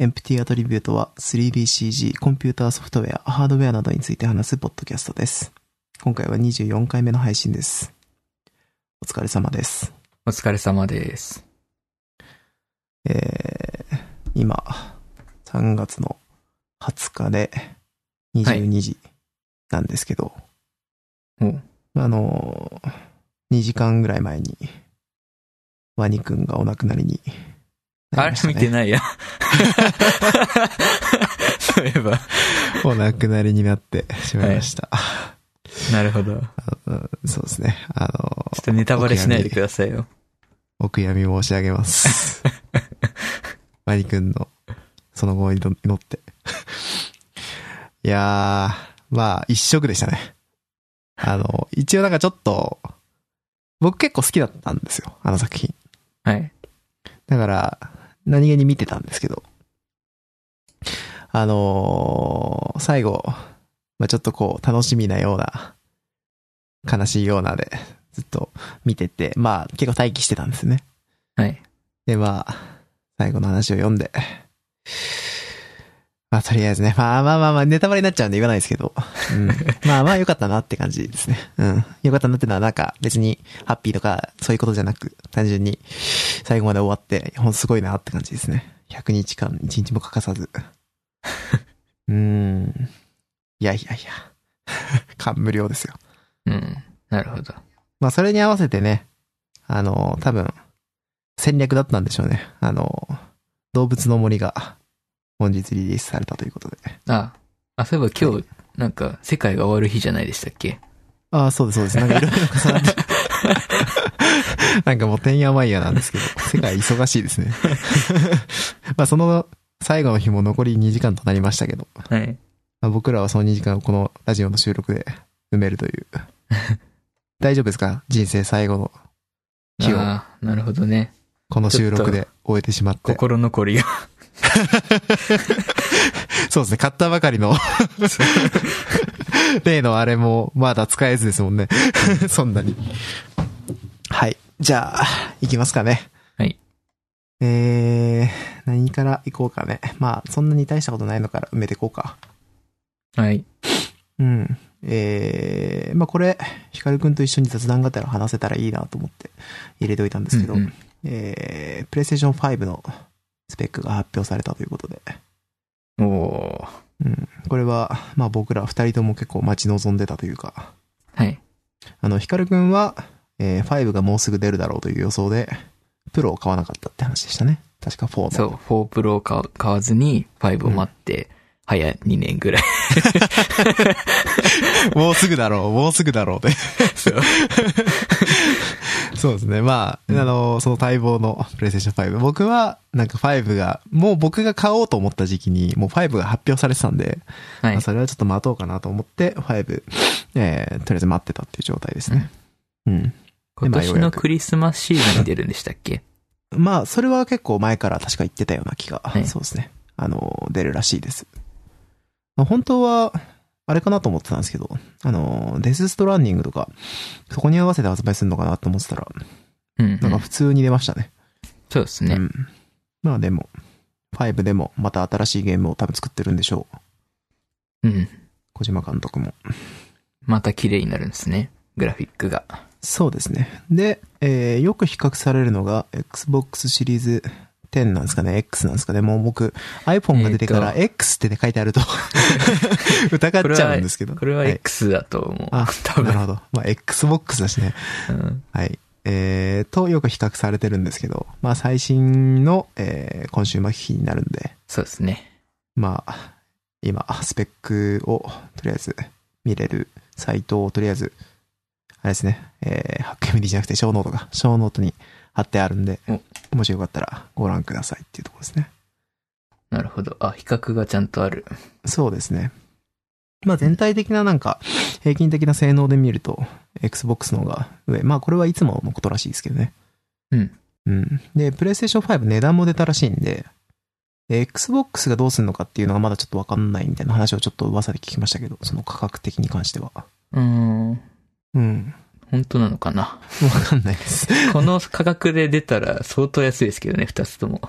Empty Attribute は 3DCG、コンピューターソフトウェア、ハードウェアなどについて話すポッドキャストです。今回は24回目の配信です。お疲れ様です。お疲れ様です。えー、今、3月の20日で22時なんですけど、おあのー、2時間ぐらい前に、ワニくんがお亡くなりになりあまれしたね、見てないや。そういえば。お亡くなりになってしまいました。なるほど。ちょうんそうですね。あの、っとネタバレしないでくださいよ。お悔やみ申し上げます。マリ君の、その後に乗って。いやー、まあ、一色でしたね。あの、一応なんかちょっと、僕結構好きだったんですよ、あの作品。はい。だから、何気に見てたんですけど。あのー最後、まあ、ちょっとこう、楽しみなような、悲しいようなで、ずっと見てて、まあ、結構待機してたんですね。はい。で、まあ、最後の話を読んで、まあ、とりあえずね、まあまあまあまあ、ネタバレになっちゃうんで言わないですけど、うん、まあまあ、良かったなって感じですね。うん。良かったなってのは、なんか、別に、ハッピーとか、そういうことじゃなく、単純に、最後まで終わって、ほんとすごいなって感じですね。100日間、1日も欠かさず。 うーん。いやいやい や。感無量ですよ。うん。なるほど。まあ、それに合わせてね、あの、多分、戦略だったんでしょうね。あの、動物の森が、本日リリースされたということで。あ、あ、そういえば今日、なんか、世界が終わる日じゃないでしたっけああ、そうです、そうです。なんかいろいろ重なって。 なんかもう、てんやまんやなんですけど、世界忙しいですね。 まあ、その、最後の日も残り2時間となりましたけど、はい。まあ僕らはその2時間をこのラジオの収録で埋めるという。大丈夫ですか人生最後の日を、ああ、なるほどね。この収録で終えてしまって。心残りが。 そうですね、買ったばかりの。 例のあれも、まだ使えずですもんね。 そんなに。はい。じゃあ、行きますかね。はい。えー、何から行こうかね。まあ、そんなに大したことないのから埋めていこうか。はい。うん。えー、まあこれ、ヒカルくんと一緒に雑談がてら話せたらいいなと思って入れておいたんですけど、うんうんえー、プレイステーション5のスペックが発表されたということで。おー。うん、これは、まあ僕ら二人とも結構待ち望んでたというか、はい。あの、ヒカルくんは、えー、5がもうすぐ出るだろうという予想で、プロを買わなかったって話でしたね。確か4の。そう、4プロを買う買わずに、5を待って、早2年ぐらい。もうすぐだろう、もうすぐだろうで。そう。 そうですね。まあ、うんあの、その待望のプレイステーション5。僕は、なんか5が、もう僕が買おうと思った時期に、もう5が発表されてたんで、 はいまあ。それはちょっと待とうかなと思って、5、えー、とりあえず待ってたっていう状態ですね。うん。今年のクリスマスシーズンに出るんでしたっけまあ、それは結構前から確か言ってたような気が、はいそうですね。あの、出るらしいです。まあ本当は、あれかなと思ってたんですけど、あの、デスストランニングとか、そこに合わせて発売するのかなと思ってたら、うん、なんか普通に出ましたね。そうですうね。ん。まあでも、5でもまた新しいゲームを多分作ってるんでしょう。うん。小島監督も。また綺麗になるんですね。グラフィックが。そうですね。で、えーよく比較されるのが、Xbox シリーズ10なんですかね、X なんですかね。もう僕、iPhone が出てから、X って書いてあると、疑っちゃうんですけど。これははい X だと思う。あ多なる分。ほど。まあ、Xbox だしね。うんはい。えー、と、よく比較されてるんですけど、まあ、最新の、えー、コンシューマー機器になるんで、そうですね。まあ、今、スペックを、とりあえず、見れるサイトを、とりあえず、あれですね、えー、ハックメディじゃなくて、ショーノートが、ショーノートに貼ってあるんでお、もしよかったらご覧くださいっていうところですね。なるほど。あ、比較がちゃんとある。そうですね。まあ全体的ななんか、平均的な性能で見ると、Xbox の方が上。まあこれはいつものことらしいですけどね。うん。うん。で、PlayStation 5値段も出たらしいんで、で Xbox がどうするのかっていうのがまだちょっとわかんないみたいな話をちょっと噂で聞きましたけど、その価格的に関しては。うーん。うん。本当なのかな。 わかんないです。この価格で出たら相当安いですけどね、二つとも。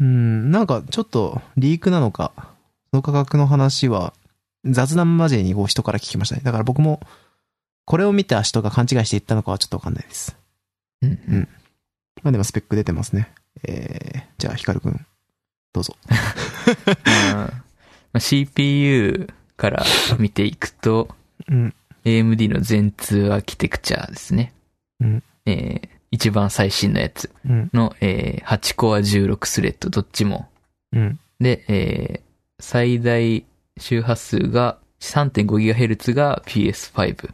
うん、なんかちょっとリークなのか、その価格の話は雑談交えにこう人から聞きましたね。だから僕も、これを見た人が勘違いしていったのかはちょっとわかんないです。うんうんまあでもスペック出てますね。えー、じゃあヒカルくん、どうぞ。まあ CPU から見ていくと、うん。 AMD の Zen 2アーキテクチャですね。うんえー一番最新のやつうん。の、えー8コア16スレッド、どっちもうん。で、えー最大周波数が 3.5GHz が PS5。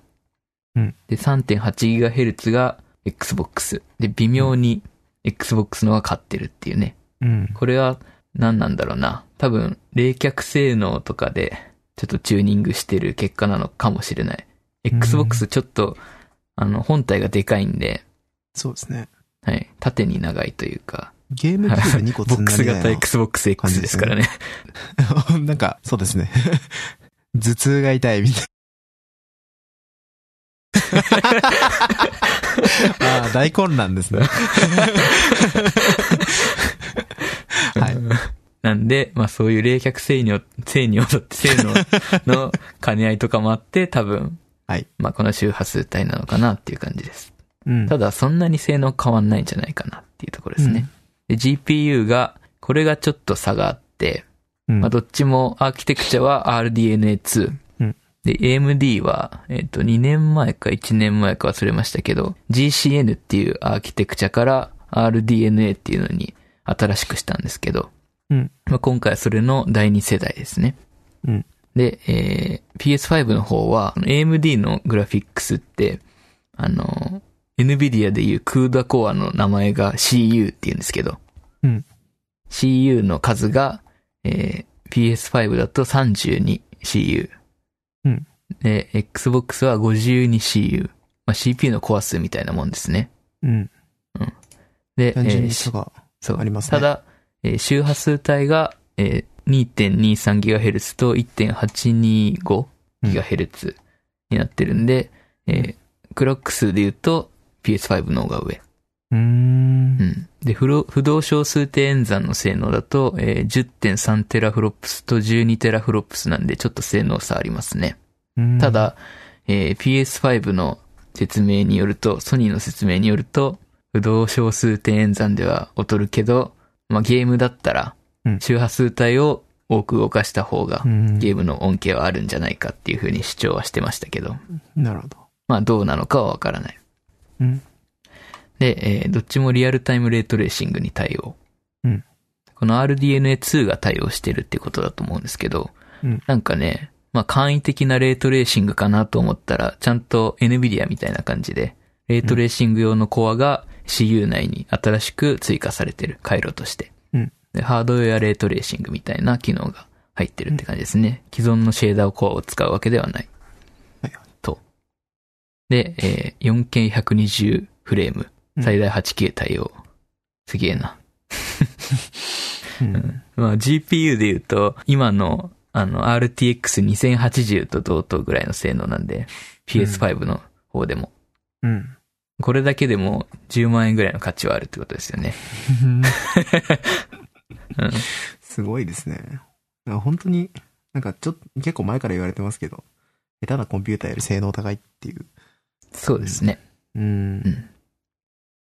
うんで、3.8GHz が Xbox。で、微妙に Xbox のが勝ってるっていうね。うん。これは何なんだろうな。多分、冷却性能とかで、ちょっとチューニングしてる結果なのかもしれない。ん Xbox ちょっと、あの、本体がでかいんで、そうですね。はい、縦に長いというか、ゲームキューブ2個ボ積んックだスみたい型な。感 XboxX じでですすねからね。 なんか、そうですね。頭痛が痛いみたいな。 ああ、大混乱ですね。はい。なんで、まあそういう冷却性能、性能だって性能の兼ね合いとかもあって、多分。はいまあこの周波数帯なのかなっていう感じです。うん。ただそんなに性能変わんないんじゃないかなっていうところですね。で、GPU が、これがちょっと差があって、うん。まあどっちもアーキテクチャは RDNA2。うんで、AMD は、えっ、と2年前か1年前か忘れましたけど、GCN っていうアーキテクチャから RDNA っていうのに新しくしたんですけど、うんまあ、今回はそれの第2世代ですね。うんで、えー PS5 の方は、AMD のグラフィックスって、あの、NVIDIA でいうクーダコアの名前が CU って言うんですけど、うん CU の数が、えー PS5 だと 32CU。うんで、Xbox は 52CU。まあ、CPU のコア数みたいなもんですね。うん。で、単純えーに差が。そうありますねただ、えー周波数帯が、えー、2.23GHz と 1.825GHz になってるんで、えークロック数で言うと PS5 の方が上。うーんう。ん。で、不動不動小数点演算の性能だと、えー、10.3TFLOPS と 12TFLOPS なんでちょっと性能差ありますね。うんた、だ、えー PS5 の説明によると、ソニーの説明によると、不動小数点演算では劣るけど、まあ、ゲームだったらうん、周波数帯を多く動かした方がう、ん。ゲームの恩恵はあるんじゃないかっていう風に主張はしてましたけど、なるほど。まあ、どうなのかはわからない。うん。で、えーどっちもリアルタイムレートレーシングに対応。うんこの RDNA2 が対応してるってことだと思うんですけど、うんなんかね、まあ簡易的なレートレーシングかなと思ったら、ちゃんと NVIDIA みたいな感じで、レートレーシング用のコアが CU 内に新しく追加されてる回路として。うんでハードウェアレートレーシングみたいな機能が入ってるって感じですね。既存のシェーダーコアを使うわけではない。はいと。で、えー 4K120 フレーム。最大 8K 対応。すげえな。うん。まあ GPU で言うと、今のあの RTX2080 と同等ぐらいの性能なんで、PS5 の方でも。うん。これだけでも10万円ぐらいの価値はあるってことですよね。うん。 すごいですね。なんか本当に、なんかちょっと、結構前から言われてますけど、下手なコンピューターより性能高いっていう。そうですね。うんう。ん。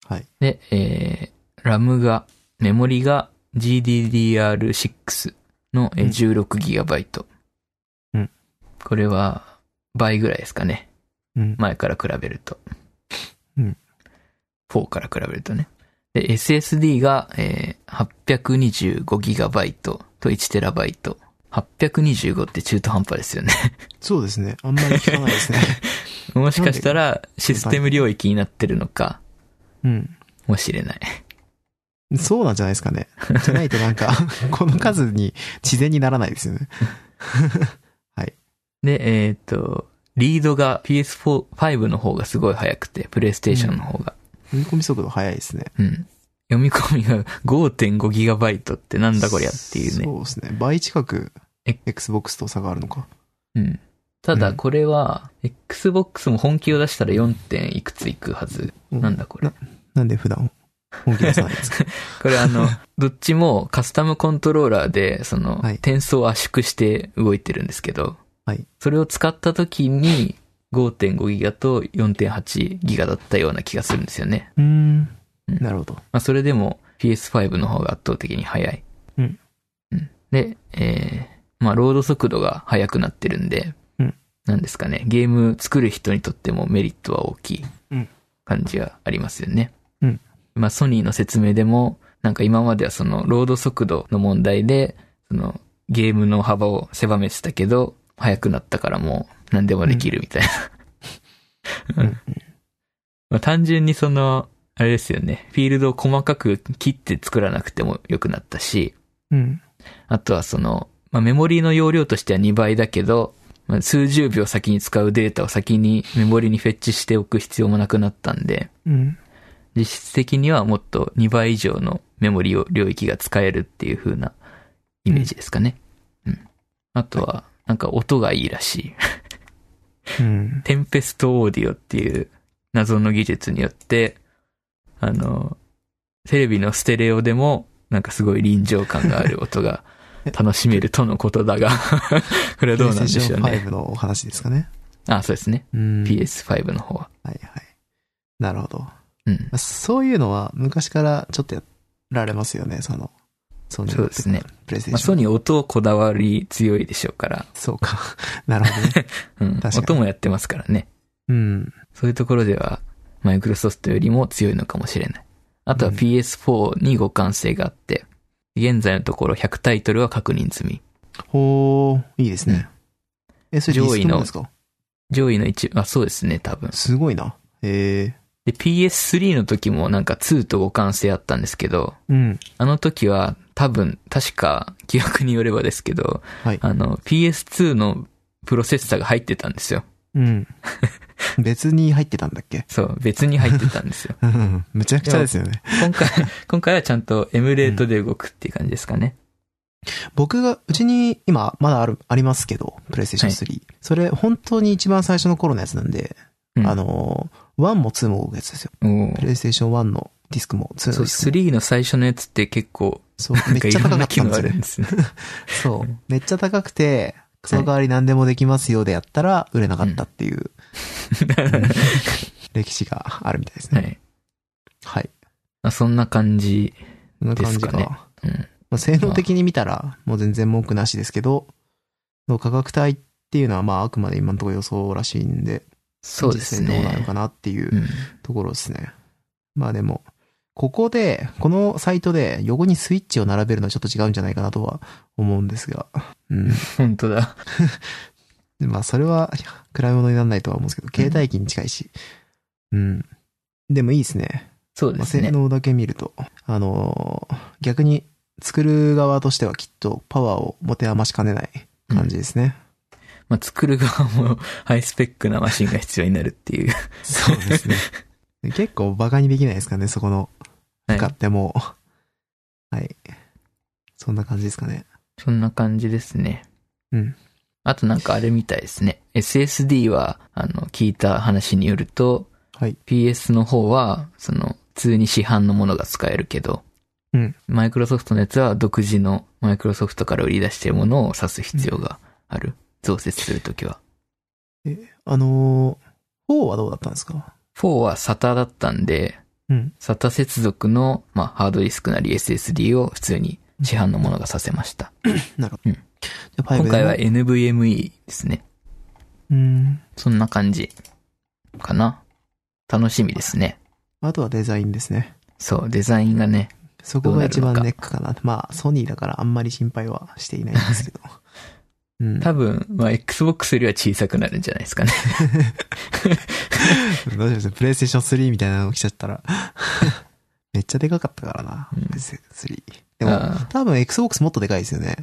はい。で、えー、ラムが、メモリが GDDR6 のえー 16GB。うん。これは倍ぐらいですかね。うん。前から比べると。うん。 4から比べるとね。で、SSD が、えー、825GB と 1TB。825って中途半端ですよね。 そうですね。あんまり聞かないですね。もしかしたらシステム領域になってるのかうん。もしれない。そうなんじゃないですかね。じゃないとなんか、 この数に自然にならないですよね。で、えっ、と、リードが PS4、5の方がすごい速くて、プレイステーションの方が。読み込み速度早いですね。うん。読み込みが 5.5GB ってなんだこりゃっていうねそ。うですね。倍近くえ、 Xbox と差があるのか。うん。たうだんこれは、Xbox も本気を出したら 4. 点いくついくはず。うんなんだこれ。なんで普段、本気出さないです か。これ あの、どっちもカスタムコントローラーで、その、はい転送を圧縮して動いてるんですけど、はいそれを使った時に5.5ギガと4.8ギガだったような気がするんですよね。うん。なるほど。まあ、それでも PS5 の方が圧倒的に速い。うんうん。で、えー、まあ、ロード速度が速くなってるんで、うんなんですかね、ゲーム作る人にとってもメリットは大きいうん感じがありますよね。うんまあ、ソニーの説明でも、なんか今まではその、ロード速度の問題で、その、ゲームの幅を狭めてたけど、速くなったからもう何でもできるみたいな。うんまあ単純にその、あれですよね。フィールドを細かく切って作らなくても良くなったし、うん。あとはその、まあ、メモリーの容量としては2倍だけど、まあ、数十秒先に使うデータを先にメモリーにフェッチしておく必要もなくなったんで、うん。実質的にはもっと2倍以上のメモリを領域が使えるっていう風なイメージですかね。うん。あとは、なんか音がいいらしうい。ん。テンペストオーディオっていう謎の技術によって、あの、テレビのステレオでも、なんかすごい臨場感がある 音が楽しめるとのことだが、 これはどうなんでしょう PlayStation ね。 5のお話ですかね。あ、そうですね。うん。 PS5 の方は。はいはい。なるほど。うん。そういうのは昔からちょっとやられますよね、その、そそうですね。プレイステまーあ、ショソン。ニー音こだわり強いでしょうから、そうか。 なるほど ね。う確んか。に音もやってますからね。うん。そういうところでは、マイクロソフトよりも強いのかもしれない。あとはうん PS4 に互換性があって、現在のところ100タイトルは確認済み。ほー、いいですね。え、それ上位のディスクもですか上位の一部、あ、そうですね、多分。すごいな。えで、PS3 の時もなんか2と互換性あったんですけど、ー。うん。あの時は多分、確か、記憶によればですけど、はいあの、PS2 のプロセッサーが入ってたんですよ。 うん。別に入ってたんだっけ。そう、別に入ってたんですよ うん。むちゃくちゃですよね。今回、今回はちゃんとエムレートで動くっていう感じですかね。僕が、うちに今まだある、ありますけど、プレイステーション3。それ、本当に一番最初の頃のやつなんで、うんあのー、1も2も動くやつですよ。おープレイステーション1のディスクも2のデそう、ィスクも。 3の最初のやつって結構、そう、なめんっかいちゃろ高んかなっ機たん能ですあよるんね。ですね。そう。めっちゃ高くて、その代わり何でもできますよでやったら売れなかったっていう、 歴史があるみたいです はね。い。はい。まあそんな感じ。こんな感じですかかねな。うん。まあ、性能的に見たら、もう全然文句なしですけど、の価格帯っていうのはまああくまで今のところ予想らしいんで、そうです実際どうなのね。。かなっていううんところですね。まあでも、ここで、このサイトで横にスイッチを並べるのはちょっと違うんじゃないかなとは思うんですが、うん。本当だ。でまあ、それは、 暗いものにならないとは思うんですけど、携帯機に近いし。うん。でもいいですね。そうまであ、す性ね。能だけ見ると。あのー逆に、作る側としてはきっとパワーを持て余しかねない感じですね。まあ、作る側も ハイスペックなマシンが必要になるっていう。そうですね。 結構バカにできないですかね、そこの。はい使っても。はい。そんな感じですかね。 そんな感じですね。うん。あとなんかあれみたいですね。SSD は、あの、聞いた話によると、はい。 PS の方は、その、普通に市販のものが使えるけど、うんマイクロソフトのやつは独自のマイクロソフトから売り出してるものを指す必要がある。増設するときは。あのー、4はどうだったんですか4は SATA だったんで、うん。 SATA 接続の、まあ、ハードディスクなり SSD を普通に市販のものがさせました。なるほど。うんじゃあ5でも今回は NVMe ですね。うん。そんな感じかな。楽しみですね。あとはデザインですね。そう、デザインがね。そこが一番どうなネるックかな。まあ、ソニーだからあんまり心配はしていないんですけ ど。うん。多分、まあ、Xbox よりは小さくなるんじゃないですかね。どうしますプレイステーション3みたいなの来ちゃったら。 めっちゃでかかったからな、うん PS3。でも、ああ多分 Xbox もっとでかいですよね。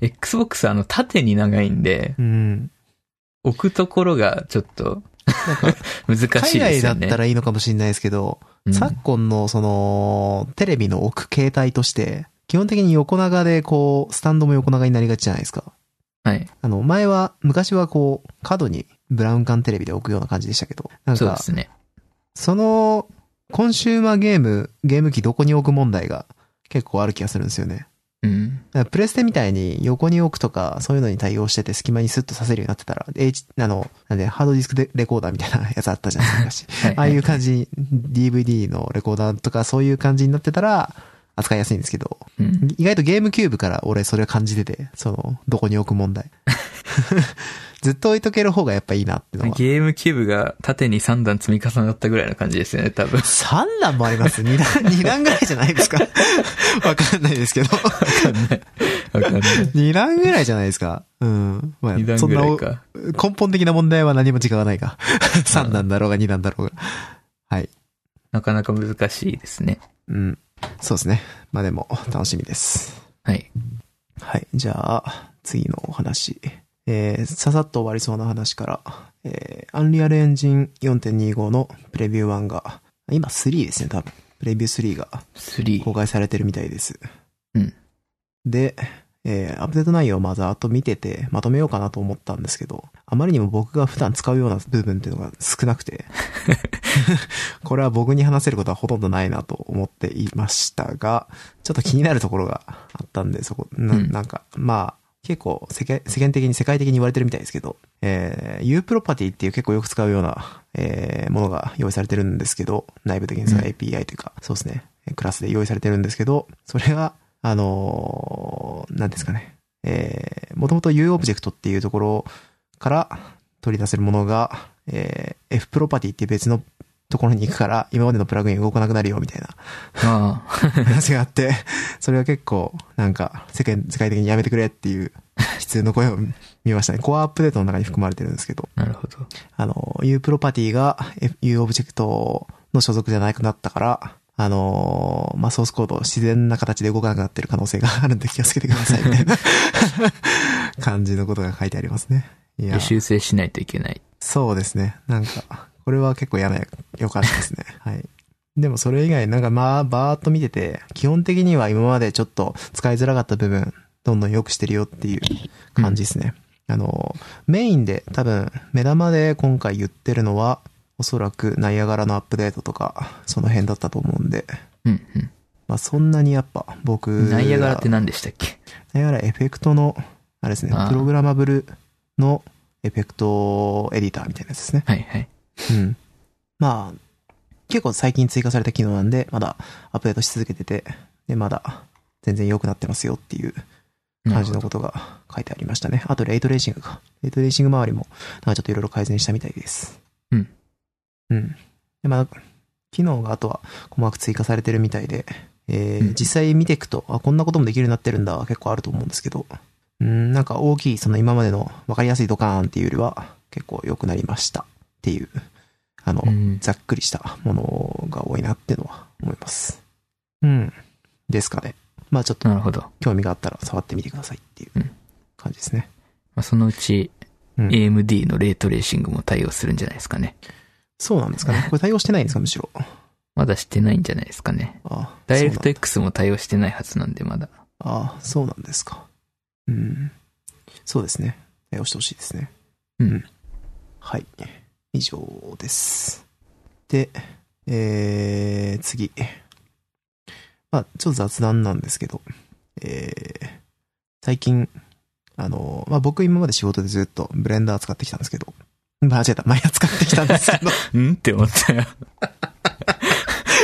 Xbox はあの、縦に長いんで、うん。置くところがちょっとなん か、難し海外いですだよっね。たらいいのかもしれないですけど、うん昨今のその、テレビの置く携帯として、基本的に横長でこう、スタンドも横長になりがちじゃないですか。はい。あの、前は、昔はこう、角にブラウン管テレビで置くような感じでしたけど、なんそうでか、すね。そのコンシューマーゲーム、ゲーム機どこに置く問題が結構ある気がするんですよね。うん。だからプレステみたいに横に置くとか、そういうのに対応してて隙間にスッとさせるようになってたら、H、あの、なんで、ハードディスクでレコーダーみたいなやつあったじゃないですか昔。はい、ああいう感じに、DVD のレコーダーとかそういう感じになってたら、扱いやすいんですけど、うん。意外とゲームキューブから俺それを感じてて、その、どこに置く問 題。ずっと置いとける方がやっぱいいなってのは。ゲームキューブが縦に3段積み重なったぐらいの感じですよね、多分。 3段もあり ます ?2 段、二段ぐらいじゃないですか わかんないですけど。わかんない。 2段ぐらいじゃないですかうん。ま2段そんぐならいおか。根本的な問題は何も違わない か。3段だろうが2段だろうが。はい。なかなか難しいですね。うん。そうですね。まあでも、楽しみです。はい。はい。じゃあ、次のお話。えー、ささっと終わりそうな話から、えー、アンリアルエンジン4.25のプレビュー1が、今3ですね、多分。プレビュー3が公3。開されてるみたいです。うん。で、えーアップデート内容をまず後見ててまとめようかなと思ったんですけど、あまりにも僕が普段使うような部分っていうのが少なく て、これは僕に話せることはほとんどないなと思っていましたが、ちょっと気になるところがあったんで、そこ、なうんなんか、まあ、結構世間世間的に世界的に言われてるみたいですけど、えー、U プロパティっていう結構よく使うような、えー、ものが用意されてるんですけど、内部的にそのうん API というか、そうですね、クラスで用意されてるんですけど、それが、あのー、なんですかね、えー、もともと U オブジェクトっていうところから取り出せるものが、えー、F プロパティっていう別のところに行くから、今までのプラグイン動かなくなるよ、みたいな ああ。話があって、それは結構、なんか、世界、世界的にやめてくれっていう、 悲痛の声を見ましたね。コアアップデートの中に含まれてるんですけど、なるほど。あの、U プロパティが F- U オブジェクトの所属じゃなくなったから、あのーまあ、ソースコードを自然な形で動かなくなってる可能性があるんで気をつけてください、みたいな感じのことが書いてありますね。いやで、修正しないといけない。そうですね。なんか、これは結構嫌な予感です ね。はい。でもそれ以外、なんかまあ、バーっと見てて、基本的には今までちょっと使いづらかった部分、どんどん良くしてるよっていう感じですね。あの、メインで多分、目玉で今回言ってるのは、おそらくナイアガラのアップデートとか、その辺だったと思うんで、うんまあそんなにやっぱ僕うん。ナイアガラってナ何でしたっけイ アガラエフェクトの、あれですねあ、ープログラマブルのエフェクトエディターみたいなやつですね。はいはい。うん。まあ、結構最近追加された機能なんで、まだアップデートし続けてて、で、まだ全然良くなってますよっていうな感るじほのど。ことが書いてありましたね。あと、レイトレーシングか。レイトレーシング周りも、なんかちょっといろいろ改善したみたいです。うん。うん。で、まあ、機能があとは細かく追加されてるみたいで、えーうん実際見ていくと、あ、こんなこともできるようになってるんだ、は結構あると思うんですけど、うん、なんか大きい、その今までの分かりやすいドカーンっていうよりは、結構良くなりましたっていう、あの、うん。ざっくりしたものが多いなっていうのは思います。うん。ですかね。まあちょっとなるほど。ま興味があったら触ってみてくださいっていううん感じですね。あ、そのうち、うん AMD のレートレーシングも対応するんじゃないですかね。そうなんです かね。これ対応してないんですか、むしろ。あまだしてないんじゃないですかね。あダイレクトそう X も対応してないはずなんで、まだ。なんああ、そうなんですか。うん。そうですね。対応してほしいですね。うんはい。以上です。で、えー、次。まあ、ちょっと雑談なんですけど、えー、最近、あの、まあ、僕今まで仕事でずっとブレンダー使ってきたんですけど、 間違えた、前使ってきたんですけど、んって思った よ。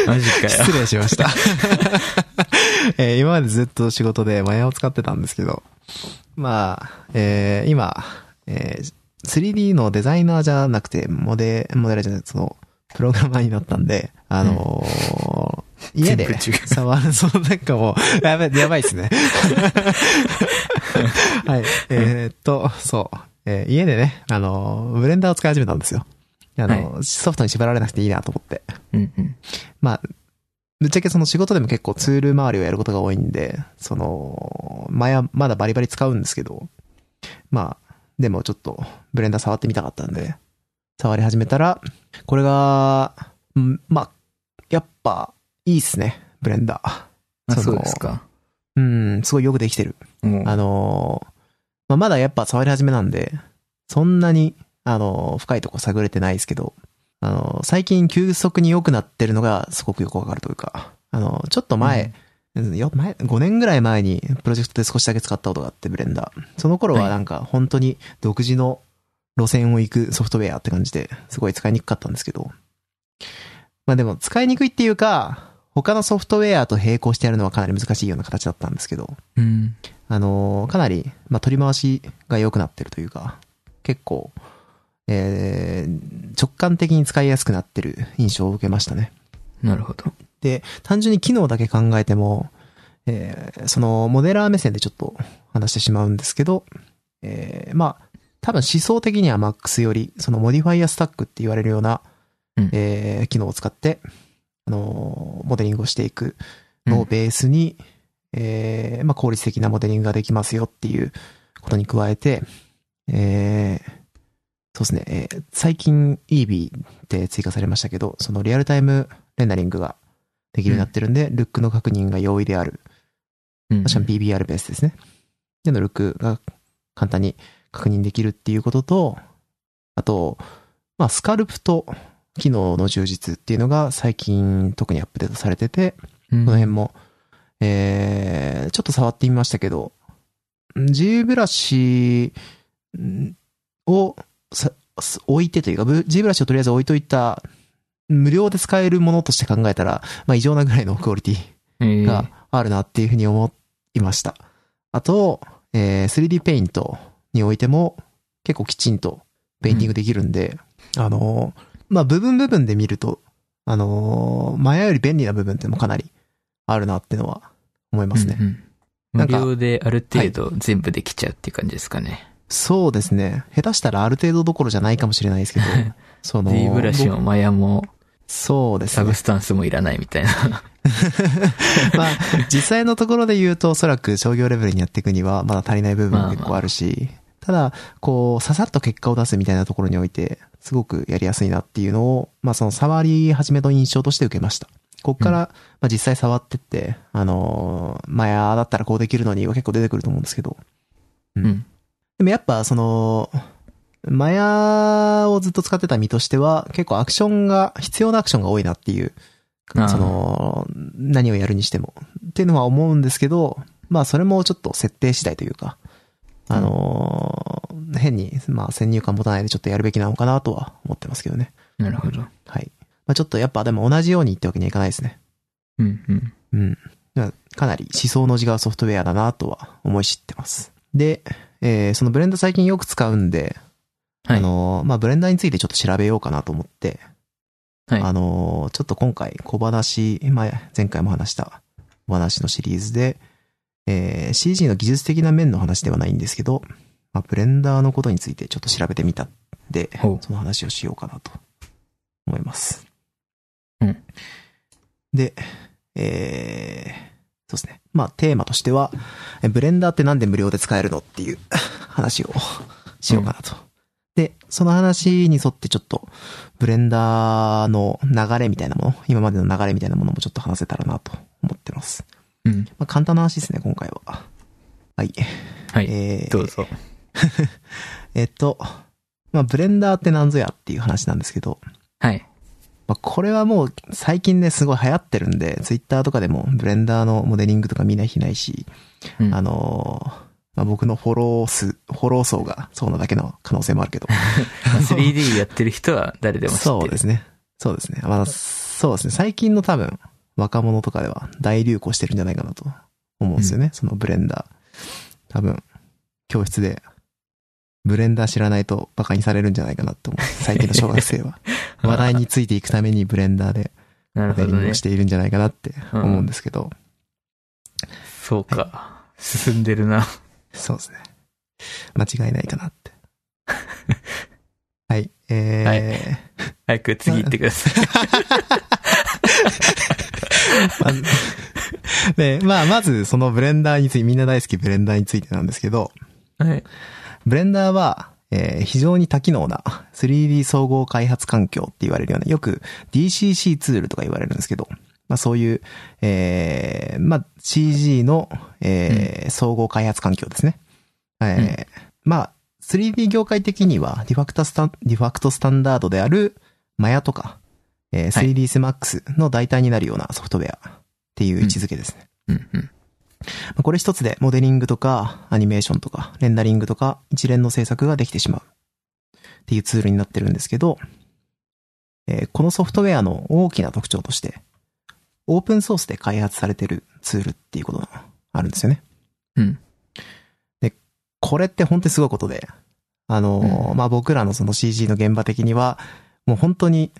マジかよ。失礼しま した。えー今までずっと仕事でマヤを使ってたんですけど、まあ、えー今、えー 3D のデザイナーじゃなくて、モデ、モデルじゃなくて、その、プログラマーになったんで、あのー家で全部違う触る、そのなんかもう、やばい、やばいっ すね。はい。えーっと、そう。えー家でね、あのーブレンダーを使い始めたんですよ。あのーソフトに縛られなくていいなと思って。うんうん。まあ、ぶっちゃけその仕事でも結構ツール周りをやることが多いんで、その、前はまだバリバリ使うんですけど、まあ、でもちょっとブレンダー触ってみたかったんで、触り始めたら、これが、うんまあ、やっぱ、いいっすね、ブレンダー。あ、そのそうですか。うん、すごいよくできてる。もうあのーまあ、まだやっぱ触り始めなんで、そんなに、あのー深いとこ探れてないですけど、あの、最近急速に良くなってるのがすごくよくわかるというか、あの、ちょっと前、うんよ前、5年ぐらい前にプロジェクトで少しだけ使ったことがあって、ブレンダー。その頃はなんか本当に独自の路線を行くソフトウェアって感じで、すごい使いにくかったんですけど。まあでも使いにくいっていうか、他のソフトウェアと並行してやるのはかなり難しいような形だったんですけど、うん。あのーかなり、まあ、取り回しが良くなってるというか、結構、えー直感的に使いやすくなってる印象を受けましたね。なるほど。で、単純に機能だけ考えても、えーその、モデラー目線でちょっと話してしまうんですけど、えーまあ、多分思想的には MAX より、そのモディファイアスタックって言われるような、うんえー機能を使って、あのーモデリングをしていくのをベースに、えーまあ、効率的なモデリングができますよっていうことに加えて、えーそうですね、えー最近 EB って追加されましたけど、そのリアルタイムレンダリングができるようになってるんで、ルックの確認が容易である。うん。確かに BBR ベースですね。でのルックが簡単に確認できるっていうことと、あと、まあ、スカルプト機能の充実っていうのが最近特にアップデートされてて、うんこの辺も、えー、ちょっと触ってみましたけど、G ブラシんをさす置いてというか、ぶ G ブラシをとりあえず置いといた、無料で使えるものとして考えたら、まあ異常なぐらいのクオリティえーがあるなっていうふうに思いました。あと、えー 3D ペイントにおいても結構きちんとペインティングできるんで、あのーまあ、部分部分で見ると、あのー前より便利な部分ってもかなりあるなってのは思いますね。うんうんな無んか料である程度全部できちゃうっていう感じですかね。そうですね。下手したらある程度どころじゃないかもしれない ですけど、その、 D ブラシ僕もマヤもそうですサねブ。スタンスもいらないみたいな。 まあ、実際のところで言うと、おそらく商業レベルにやっていくには、まだ足りない部分が結構あるし、ただ、こう、ささっと結果を出すみたいなところにおいて、すごくやりやすいなっていうのを、まあ、その触り始めの印象として受けました。こっから、まあ、実際触ってって、あのー、マヤだったらこうできるのには結構出てくると思うんですけど、うん。でもやっぱその、マヤをずっと使ってた身としては、結構アクションが、必要なアクションが多いなっていう、あーその、何をやるにしても。っていうのは思うんですけど、まあそれもちょっと設定次第というか、あのー変に、まあ先入観持たないでちょっとやるべきなのかなとは思ってますけどね。 なるほど。はい。まあちょっとやっぱでも同じようにってわけにはいかないですね。うんうん。うん。まあかなり思想の違うソフトウェアだなとは思い知ってます。で、えーそのブレンダー最近よく使うんで、はいあのーまあ、ブレンダーについてちょっと調べようかなと思って、はいあのーちょっと今回小話、まあ、前回も話したお話のシリーズで、えー CG の技術的な面の話ではないんですけど、まあ、ブレンダーのことについてちょっと調べてみたんで、ほうその話をしようかなと思います。うんで、えー、そうですね。まあ、テーマとしては、えブレンダーってなんで無料で使えるのっていう話をしようかなと。で、その話に沿ってちょっと、ブレンダーの流れみたいなもの、今までの流れみたいなものもちょっと話せたらなと思ってます。うん。まあ、簡単な話ですね、今回は。はい。はい。えーどうぞ。えっと、まあ、ブレンダーってなんぞやっていう話なんですけど、はい。まあ、これはもう最近ね、すごい流行ってるんで、ツイッターとかでもブレンダーのモデリングとか見ない日ないし、うんあのーまあ、僕のフォロー数、フォロー層がそうなだけの可能性もあるけど。まあ 3D やってる人は誰でも知ってる。そうですね。そうですね。まあ、そうですね。最近の多分、若者とかでは大流行してるんじゃないかなと思うんですよね。そのブレンダー。多分、教室で、ブレンダー知らないとバカにされるんじゃないかなと思う。最近の小学生 は。話題についていくためにブレンダーでなるモデほリどングねをし。ているんじゃないかなって思うんですけど。そうか。進んでるな。 そうですね。間違いないかなって。はい。えーはい早く次行ってください。まず で、まあ、まず、そのブレンダーについて、みんな大好きブレンダーについてなんですけど、はい。ブレンダーは、えー非常に多機能な 3D 総合開発環境って言われるような、よく DCC ツールとか言われるんですけど、まあそういう、えーまあ CG の、えー総合開発環境ですね。えーまあ 3D 業界的にはディファクタスタン、ディファクトスタンダードであるマヤとか、えー、はい 3ds Max の代替になるようなソフトウェアっていう位置づけですね。うんうん。まあこれ一つでモデリングとかアニメーションとかレンダリングとか一連の制作ができてしまうっていうツールになってるんですけど、えーこのソフトウェアの大きな特徴として、オープンソースで開発されてるツールっていうことがあるんですよね。うん。これって本当にすごいことで、あのー、まあ、僕らのその CG の現場的には、もう本当に、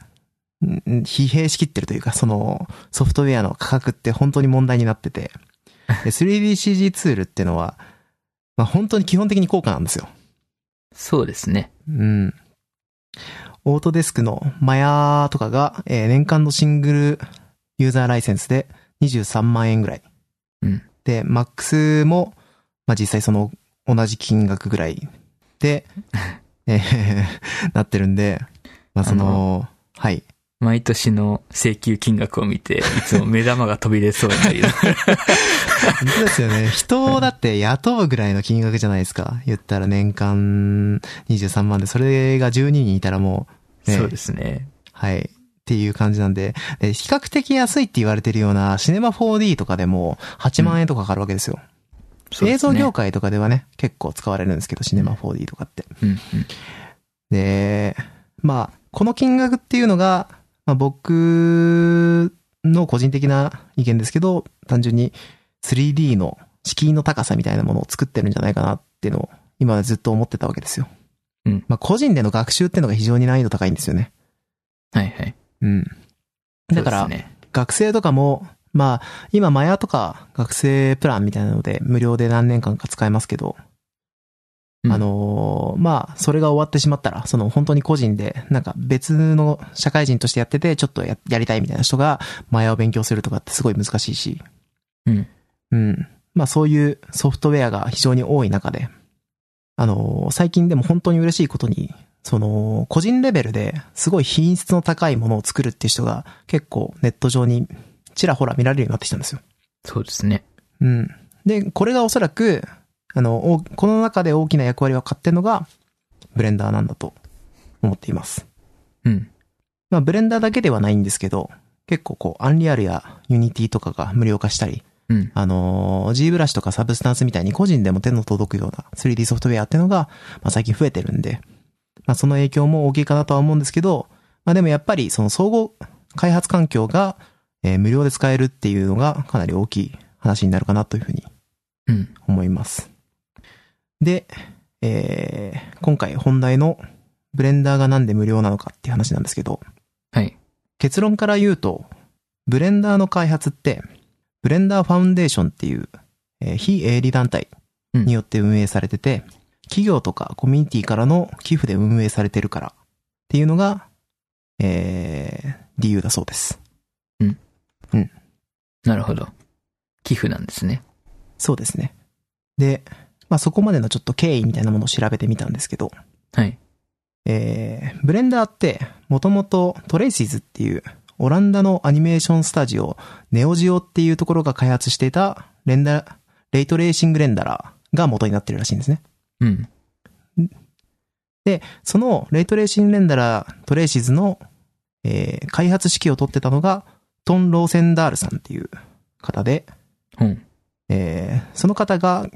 んん疲弊しきってるというか、そのソフトウェアの価格って本当に問題になってて、で 3DCG ツールってのは、まあ、本当に基本的に高価なんですよ。そうですね。うん。オートデスクのマヤとかが、えー年間のシングルユーザーライセンスで23万円ぐらい。うんで、マックスも、まあ、実際その同じ金額ぐらい で、えーなってるんで、まあ、そあの、はい。毎年の請求金額を見て、いつも目玉が飛び出そうになり ながら本当ですよね。人をだって雇うぐらいの金額じゃないですか。言ったら年間23万で、それが12人いたらもう、ねそうですね。はい。っていう感じなんで、で比較的安いって言われてるような、シネマ 4D とかでも8万円とかかかるわけですよ。そうで映すね像業界とかではね、結構使われるんですけど、シネマ 4D とかって。うんうん。で、まあ、この金額っていうのが、まあ、僕の個人的な意見ですけど、単純に 3D の敷居の高さみたいなものを作ってるんじゃないかなっていうのを、今ずっと思ってたわけですよ。うんまあ、個人での学習っていうのが非常に難易度高いんですよね。はいはい。うん。だからそうで、すね学生とかも、まあ、今、マヤとか学生プランみたいなので、無料で何年間か使えますけど、うんあのーまあ、それが終わってしまったら、その本当に個人で、なんか別の社会人としてやってて、ちょっとややりたいみたいな人が、マヤを勉強するとかってすごい難しいし、うん。うん。まあ、そういうソフトウェアが非常に多い中で、あのー最近でも本当に嬉しいことに、その、個人レベルですごい品質の高いものを作るっていう人が結構ネット上にちらほら見られるようになってきたんですよ。そうですね。うん。で、これがおそらく、あの、おこの中で大きな役割を買ってるのが、ブレンダーなんだと思っています。うん。まあ、ブレンダーだけではないんですけど、結構こう、アンリアルやユニティとかが無料化したり、うん。あのー、G ブラシとかサブスタンスみたいに個人でも手の届くような 3D ソフトウェアってのが、まあ、最近増えてるんで、まあ、その影響も大きいかなとは思うんですけど、まあ、でもやっぱりその総合開発環境が、えー無料で使えるっていうのがかなり大きい話になるかなというふうにうん。思います。で、えー今回本題のブレンダーがなんで無料なのかっていう話なんですけど、はい。結論から言うと、ブレンダーの開発って、ブレンダーファウンデーションっていう、えー非営利団体によって運営されてて、企業とかコミュニティからの寄付で運営されてるからっていうのが、えー理由だそうです。なるほど。寄付なんですね。そうですね。で、まあそこまでのちょっと経緯みたいなものを調べてみたんですけど、はい。えーブレンダーって、もともとトレイシーズっていう、オランダのアニメーションスタジオ、ネオジオっていうところが開発していた、レンダ、レイトレーシングレンダラーが元になってるらしいんですね。うん。その、レイトレーシングレンダラー、トレイシーズの、えー開発指揮を取ってたのが、トン・ローセンダールさんっていう方で、うん。えーその方が、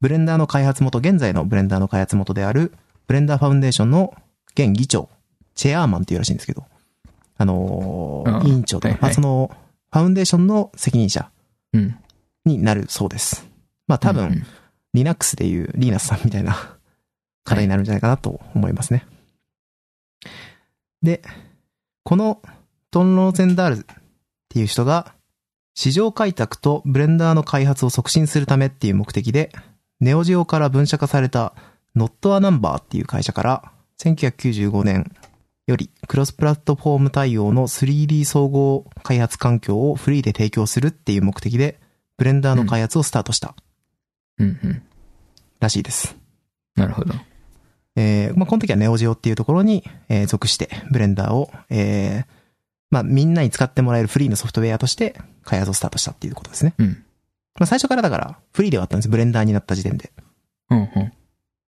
ブレンダーの開発元、現在のブレンダーの開発元である、ブレンダーファウンデーションの現議長、チェアーマンっていうらしいんですけど、あのーうん委員長とか、はいはいまあその、ファウンデーションの責任者うん。になるそうです。まあ多分、うん。 Linux でいうリーナスさんみたいな方になるんじゃないかなと思いますね。で、このトンローゼンダールっていう人が市場開拓とブレンダーの開発を促進するためっていう目的で、ネオジオから分社化された Not a Number っていう会社から1995年よりクロスプラットフォーム対応の 3D 総合開発環境をフリーで提供するっていう目的で、ブレンダーの開発をスタートしたうん。うん。らしいです。なるほど。えーまあ、この時はネオジオっていうところに、えー属して、ブレンダーを、えーまあ、みんなに使ってもらえるフリーのソフトウェアとして開発をスタートしたっていうことですね。うん。まあ、最初からだから、フリーではあったんです。ブレンダーになった時点で。うん。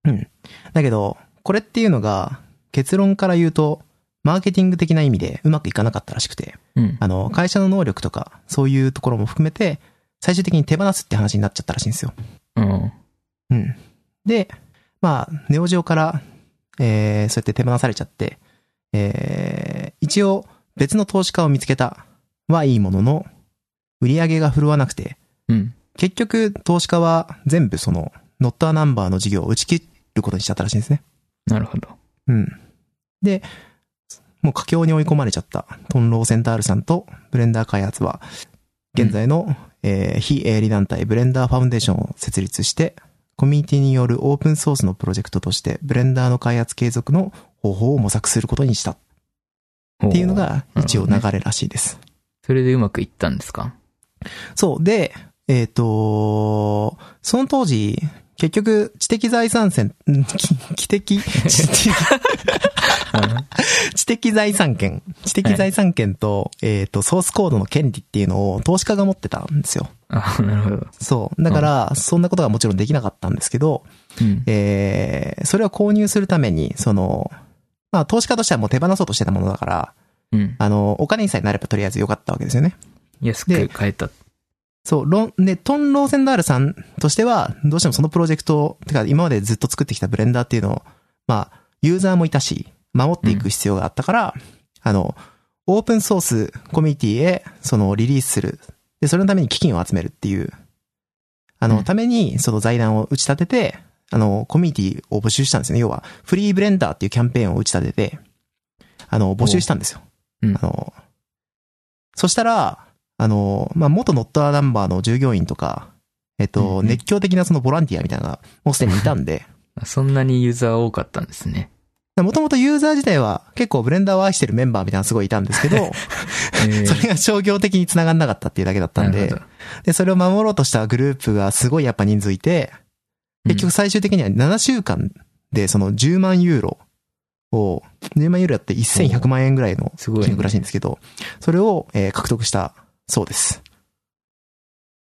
うん。だけど、これっていうのが、結論から言うと、マーケティング的な意味でうまくいかなかったらしくて、うん。あの、会社の能力とか、そういうところも含めて、最終的に手放すって話になっちゃったらしいんですよ。うん。うん。で、まあ、ネオジオから、えー、そうやって手放されちゃって、えー、一応、別の投資家を見つけたはいいものの、売り上げが振るわなくて、うん。結局、投資家は全部その、ノットアナンバーの事業を打ち切ることにしちゃったらしいんですね。なるほど。うん。で、もう佳境に追い込まれちゃった、トンローセンタールさんとブレンダー開発は、現在の、えー非営利団体ブレンダーファウンデーションを設立して、コミュニティによるオープンソースのプロジェクトとして、ブレンダーの開発継続の方法を模索することにしたっっていうの、が一応な流るほれらしいです。それでうまくいったんです かそう。で、えっ、と、その当時、結局、知的財産権、んき 知的、知的、知的財産権。知的財産権と、えっ、と、ソースコードの権利っていうのを投資家が持ってたんですよ。あなるほど。そう。だから、そんなことがもちろんできなかったんですけど、うん。えー、それを購入するために、その、まあ、投資家としてはもう手放そうとしてたものだから、うん。あの、お金にさえなればとりあえず良かったわけですよね。安く買えた。そう、ロン、で、トンローセンダールさんとしては、どうしてもそのプロジェクトを、てか今までずっと作ってきたブレンダーっていうのを、まあ、ユーザーもいたし、守っていく必要があったから、あの、オープンソースコミュニティへ、その、リリースする。で、それのために基金を集めるっていう、あの、うんために、その財団を打ち立てて、あの、コミュニティを募集したんですよね。要は、フリーブレンダーっていうキャンペーンを打ち立てて、あの、募集したんですよ。うんあの、そしたら、あの、まあ、元ノットアナンバーの従業員とか、えっうんと、うん熱狂的なそのボランティアみたいなのがもうすでにいたんで、そんなにユーザー多かったんですね。もともとユーザー自体は結構ブレンダーを愛してるメンバーみたいなのすごいいたんですけ ど、えそれが商業的に繋がんなかったっていうだけだったんで、で、それを守ろうとしたグループがすごいやっぱ人数いて、結局、最終的には7週間でその10万ユーロを、10万ユーロやって1100万円ぐらいのすごいね金額らしいんですけど、それを、えー獲得したそうです。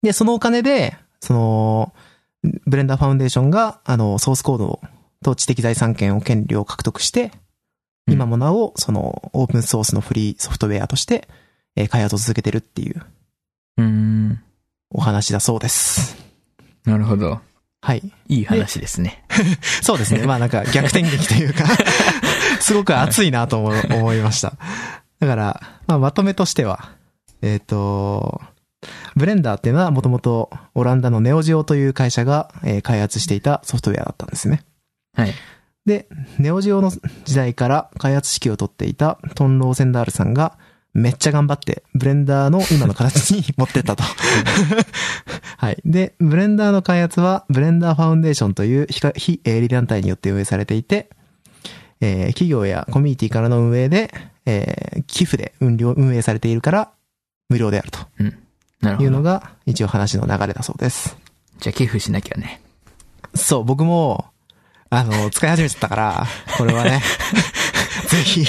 で、そのお金で、その、ブレンダーファウンデーションが、あの、ソースコードと知的財産権を権利を獲得して、うん今もなお、その、オープンソースのフリーソフトウェアとして、えー開発を続けてるっていううん。うん。お話だそうです。なるほど。はい。いい話ですね。そうですね。まあなんか逆転劇というか、すごく熱いなと思思いました。だから、まあまとめとしては、えっ、と、ブレンダーっていうのはもともとオランダのネオジオという会社が、えー開発していたソフトウェアだったんですね。はい。で、ネオジオの時代から開発指揮を取っていたトンローセンダールさんがめっちゃ頑張ってブレンダーの今の形に持ってったと。はい。で、ブレンダーの開発はブレンダーファウンデーションという非非営利団体によって運営されていて、えー企業やコミュニティからの運営で、えー寄付で運用運営されているから無料であるとなるいほうのど。が一応話の流れだそうです。じゃあ寄付しなきゃね。そう、僕も、あの、使い始めちゃったから、これは ね、ぜひ、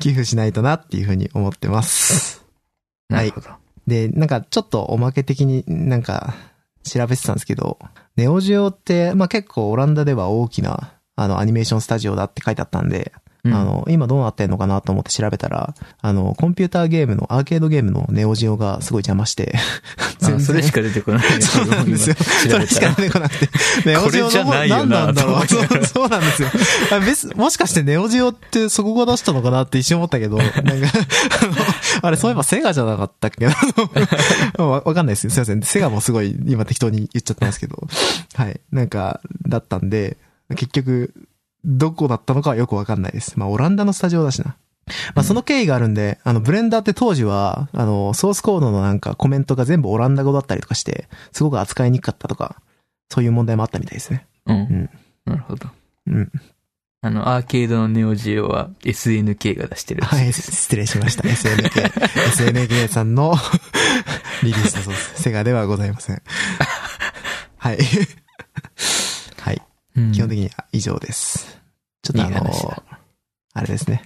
寄付しないとなっていうふうに思ってます。なるほど。で、なんかちょっとおまけ的になんか調べてたんですけど、ネオジオって、まあ結構オランダでは大きなあのアニメーションスタジオだって書いてあったんで、うんあの、今どうなってんのかなと思って調べたら、あの、コンピューターゲームの、アーケードゲームのネオジオがすごい邪魔して、 あそれしか出てこない。そうなんですよ。それしか出てこなくて。ネオジオ これじゃのないよ何ななんだろう。そと思いながうらそうなんですよ。あ別もしかしてネオジオってそこが出したのかなって一瞬思ったけど、なんか、あの、あれそういえばセガじゃなかったっけな わわかんないですよ。すいません。セガもすごい今適当に言っちゃったんですけど。はい。なんか、だったんで、結局、どこだったのかはよくわかんないです。まあ、オランダのスタジオだしな。まあ、その経緯があるんで、あの、ブレンダーって当時は、あの、ソースコードのなんかコメントが全部オランダ語だったりとかして、すごく扱いにくかったとか、そういう問題もあったみたいですね。ううんん。なるほど。うん。あの、アーケードのネオジオは SNK が出してるらしはいい、です失礼しました。SNK。SNK さんの リリースだそうです。セガではございません。はい。はい。うん基本的には以上です。ちょっとあいいの話だ、あれですね。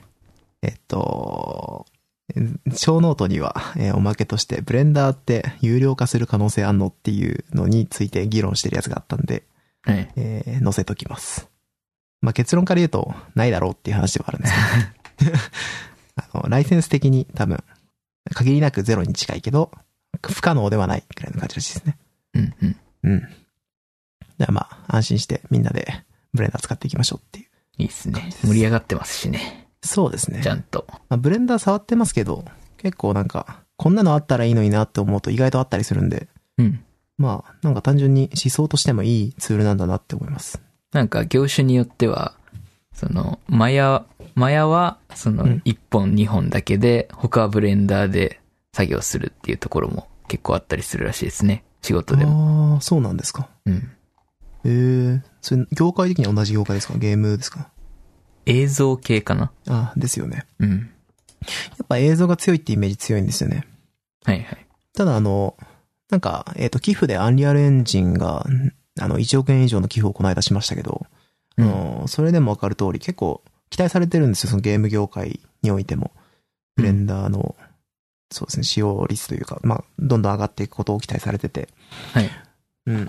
えっと、え小ノートには、えーおまけとして、ブレンダーって有料化する可能性あんのっていうのについて議論してるやつがあったんで、はい。えー載せときます。まあ、結論から言うと、ないだろうっていう話ではあるんですけど。 あの、ライセンス的に多分、限りなくゼロに近いけど、不可能ではないくらいの感じらしいですね。うんうん。うん。だからまあ、安心してみんなでブレンダー使っていきましょうっていう。いいっすね。盛り上がってますしね。そうですねち。ゃんと。まあ、ブレンダー触ってますけど、結構なんか、こんなのあったらいいのになって思うと意外とあったりするんで、うん。まあ、なんか単純に思想としてもいいツールなんだなって思います。なんか業種によっては、その、マヤ、マヤは、そのうん、 1本2本だけで、他はブレンダーで作業するっていうところも結構あったりするらしいですね。仕事でも。ああ、そうなんですか。うん。ええそれ、業界的には同じ業界ですかゲームですか映像系かなああ、ですよね。うん。やっぱ映像が強いってイメージ強いんですよね。はいはい。ただあの、なんか、えっ、と、寄付でアンリアルエンジンが、んあの、1億円以上の寄付をこの間しましたけど、うんあのそれでもわかる通り、結構期待されてるんですよ、そのゲーム業界においても。ブレンダーの、そうですね、使用率というか、まあ、どんどん上がっていくことを期待されてて。はい。うん。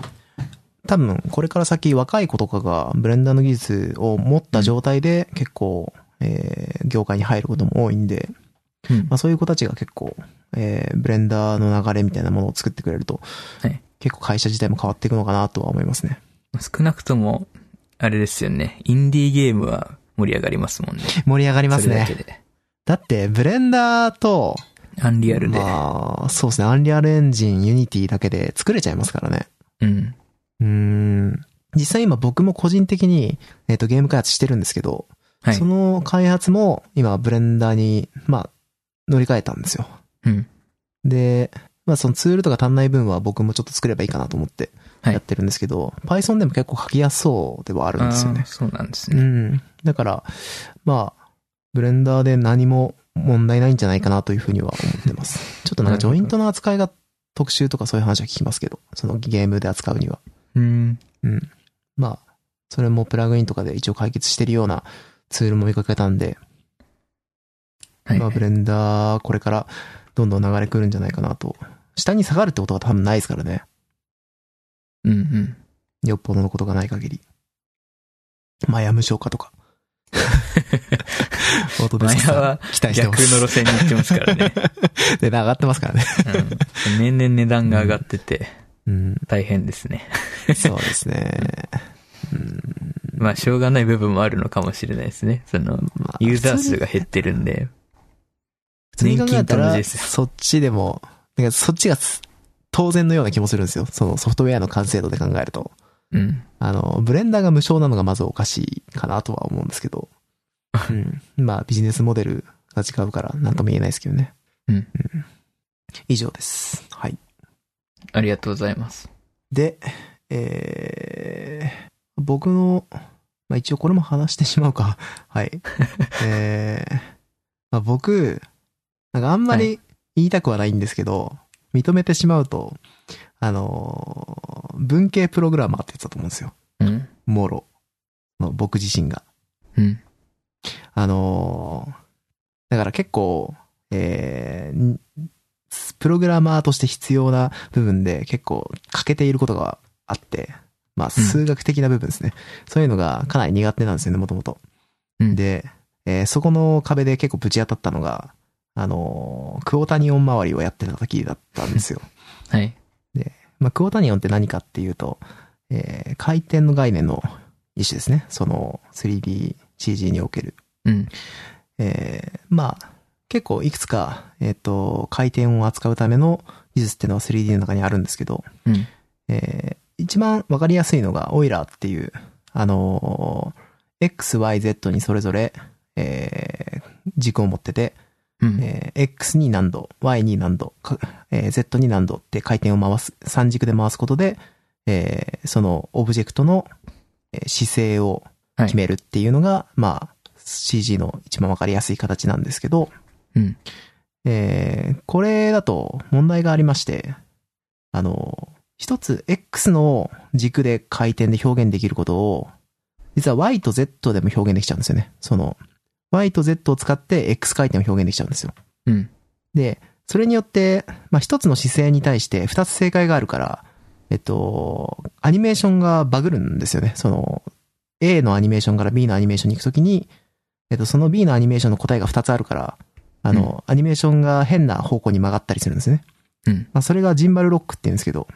多分、これから先若い子とかが、ブレンダーの技術を持った状態で、結構、えー業界に入ることも多いんで、うんまあ、そういう子たちが結構、えー、ブレンダーの流れみたいなものを作ってくれると、はい結構会社自体も変わっていくのかなとは思いますね。少なくとも、あれですよね。インディーゲームは盛り上がりますもんね。盛り上がりますそれだけね。で。だって、ブレンダーと、アンリアルで。まあ、そうですね、アンリアルエンジン、ユニティだけで作れちゃいますからね。うん。うーん。実際今僕も個人的に、えっ、と、ゲーム開発してるんですけど、はいそ。の開発も今ブレンダーに、まあ、乗り換えたんですよ。うん。で、まあそのツールとか足んない分は僕もちょっと作ればいいかなと思ってはいやってるんですけど、Python でも結構書きやすそうではあるんですよああ、ね。そうなんですうね。ん。だから、まあ、ブレンダーで何も問題ないんじゃないかなというふうには思って ます。ちょっとなんかジョイントの扱いが特集とかそういう話は聞きますけど、そのゲームで扱うには。うん。うん。まあ、それもプラグインとかで一応解決してるようなツールも見かけたんで、はいまあ、。ブレンダー、これからどんどん流れくるんじゃないかなと。下に下がるってことは多分ないですからね。うんうん。よっぽどのことがない限り。マヤ無償化と か。 オートデスクさんマヤは期待してま逆す。の路線に行ってますか らね。で、上がってますからね。うん年々値段が上がっててうん。大変ですね。そうですね。うん。まあ、しょうがない部分もあるのかもしれないですね。その、まあユーザー数が減ってるんで。普通に普通に考えた年金と同じら、ですよそっちでも、なんかそっちがつ当然のような気もするんですよ。そのソフトウェアの完成度で考えると。うん。あの、ブレンダーが無償なのがまずおかしいかなとは思うんですけど。うん。まあ、ビジネスモデルが違うから、なんとも言えないですけどね。うん以上です。はい。ありがとうございます。で、えー、僕の、まあ一応これも話してしまうか。 はい。えー、まあ僕、なんかあんまはり言いたくはないんですけど、認めてしまうと、あのー文系プログラマーって言ってたと思うんですよ。うん。もろ。まあ僕自身が。うん。あのーだから結構、えーんプログラマーとして必要な部分で結構欠けていることがあって、まあ数学的な部分ですね。そういうのがかなり苦手なんですよね、もともと。うんで、えーそこの壁で結構ぶち当たったのが、あのークオータニオン周りをやってた時だったんですよ。 はい。まあ、クオータニオンって何かっていうと、えー回転の概念の一種ですね。その 3DCG における。うん。えーまあ、結構いくつか、えっ、と、回転を扱うための技術っていうのは 3D の中にあるんですけど、うん。えー一番わかりやすいのがオイラーっていう、あのー X、Y、Z にそれぞれ、えー軸を持ってて、うん。えー X に何度、Y に何度、かえー Z に何度って回転を回す、三軸で回すことで、えーそのオブジェクトのえー姿勢を決めるっていうのが、まあ、CG の一番わかりやすい形なんですけど、うん。えーこれだと問題がありまして、あの、一つ X の軸で回転で表現できることを、実は Y と Z でも表現できちゃうんですよね。その、Y と Z を使って X 回転を表現できちゃうんですよ。うん。で、それによって、まあ、一つの姿勢に対して二つ正解があるから、えっと、アニメーションがバグるんですよね。その、A のアニメーションから B のアニメーションに行くときに、えっと、その B のアニメーションの答えが2つあるから、あの、アニメーションが変な方向に曲がったりするんですね。うん。まあ、それがジンバルロックって言うんですけど、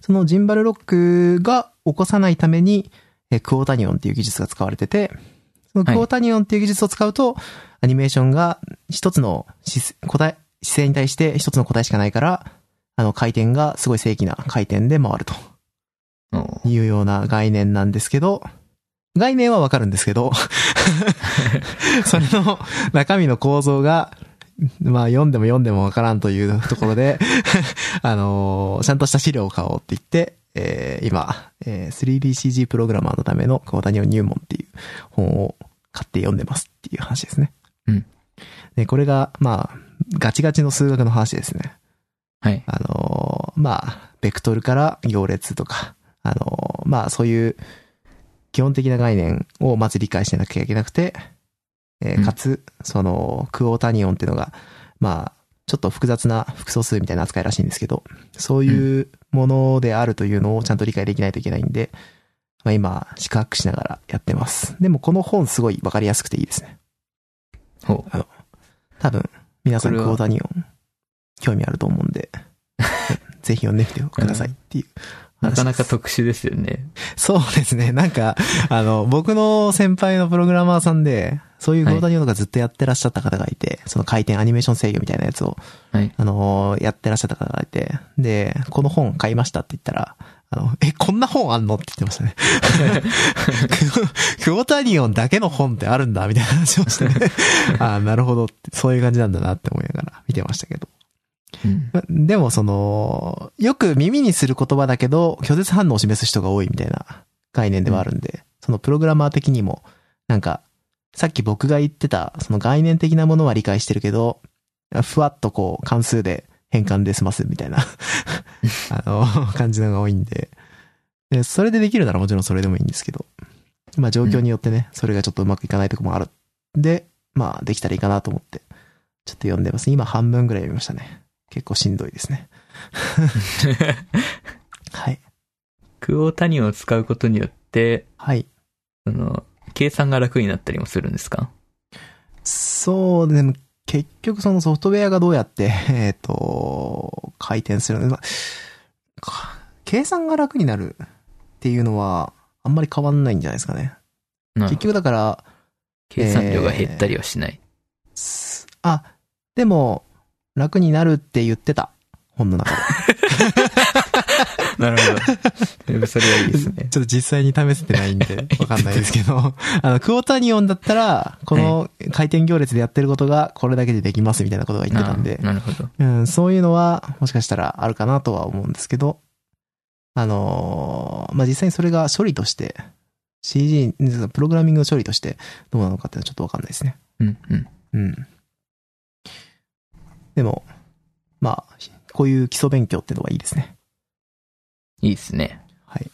そのジンバルロックが起こさないために、えークォータニオンっていう技術が使われてて、そのクォータニオンっていう技術を使うと、アニメーションが一つの姿勢答え、姿勢に対して一つの答えしかないから、あの回転がすごい正規な回転で回るとおういうような概念なんですけど、概念はわかるんですけ ど、それの中身の構造が、まあ読んでも読んでもわからんというところで、 あのーちゃんとした資料を買おうって言って、えー今、えー 3DCG プログラマーのための小谷を入門っていう本を買って読んでますっていう話ですね。うん。で、これが、まあ、ガチガチの数学の話ですね。はい。あのーまあ、ベクトルから行列とか、あのーまあ、そういう基本的な概念をまず理解してなきゃいけなくて、えーうんかつ、その、クオータニオンっていうのが、まあ、ちょっと複雑な複素数みたいな扱いらしいんですけど、そういうものであるというのをちゃんと理解できないといけないんで、まあ今、四角くしながらやってます。でもこの本すごいわかりやすくていいですね。ほう。多分、皆さんこクれはオータニオン、興味あると思うんで、ぜひ読んでみてくださいっていうな話です。かなか特殊ですよね。そうですね。なんか、あの、僕の先輩のプログラマーさんで、そういうゴーダニオとかずっとやってらっしゃった方がいて、その回転アニメーション制御みたいなやつを、はいあの、やってらっしゃった方がいて、で、この本買いましたって言ったら、あの、え、こんな本あんのって言ってま したね。ククォータニオンだけの本ってあるんだみたいな話をしてね。ああ、なるほどって。そういう感じなんだなって思いながら見てましたけど。うん。までもその、よく耳にする言葉だけど、拒絶反応を示す人が多いみたいな概念ではあるんで、そのプログラマー的にも、なんか、さっき僕が言ってた、その概念的なものは理解してるけど、ふわっとこう、関数で変換で済ますみたいな、あの、感じのが多いんででそれでできるならもちろんそれでもいいんですけど、まあ状況によってね、それがちょっとうまくいかないとこもある。で、まあできたらいいかなと思って、ちょっと読んでます。今半分ぐらい読みましたね。結構しんどいですね。はい。クオータニオンを使うことによって、はい。その、計算が楽になったりもするんですかそう、でも結局そのソフトウェアがどうやって、 えっ、と、回転するの、まあか計算が楽になるっていうのは、あんまり変わんないんじゃないですかね。なる結ほ局どだから、計算量が減ったりはしない。すあ、でも、楽になるって言ってた。本の中で。なるほど。 それはいいです ちね。ょっと実際に試せてないん で、わかんないですけど、 あの、クォータニオンだったら、この回転行列でやってることがこれだけでできますみたいなことが言ってたんであ、なるほど。うん、そういうのはもしかしたらあるかなとは思うんですけど、あのーまあ、実際にそれが処理として、CG、プログラミングの処理としてどうなのかっていうのはちょっとわかんないですね。うん、うん。うん。でも、まあ、こういう基礎勉強ってのはいいですね。いいですね。はい。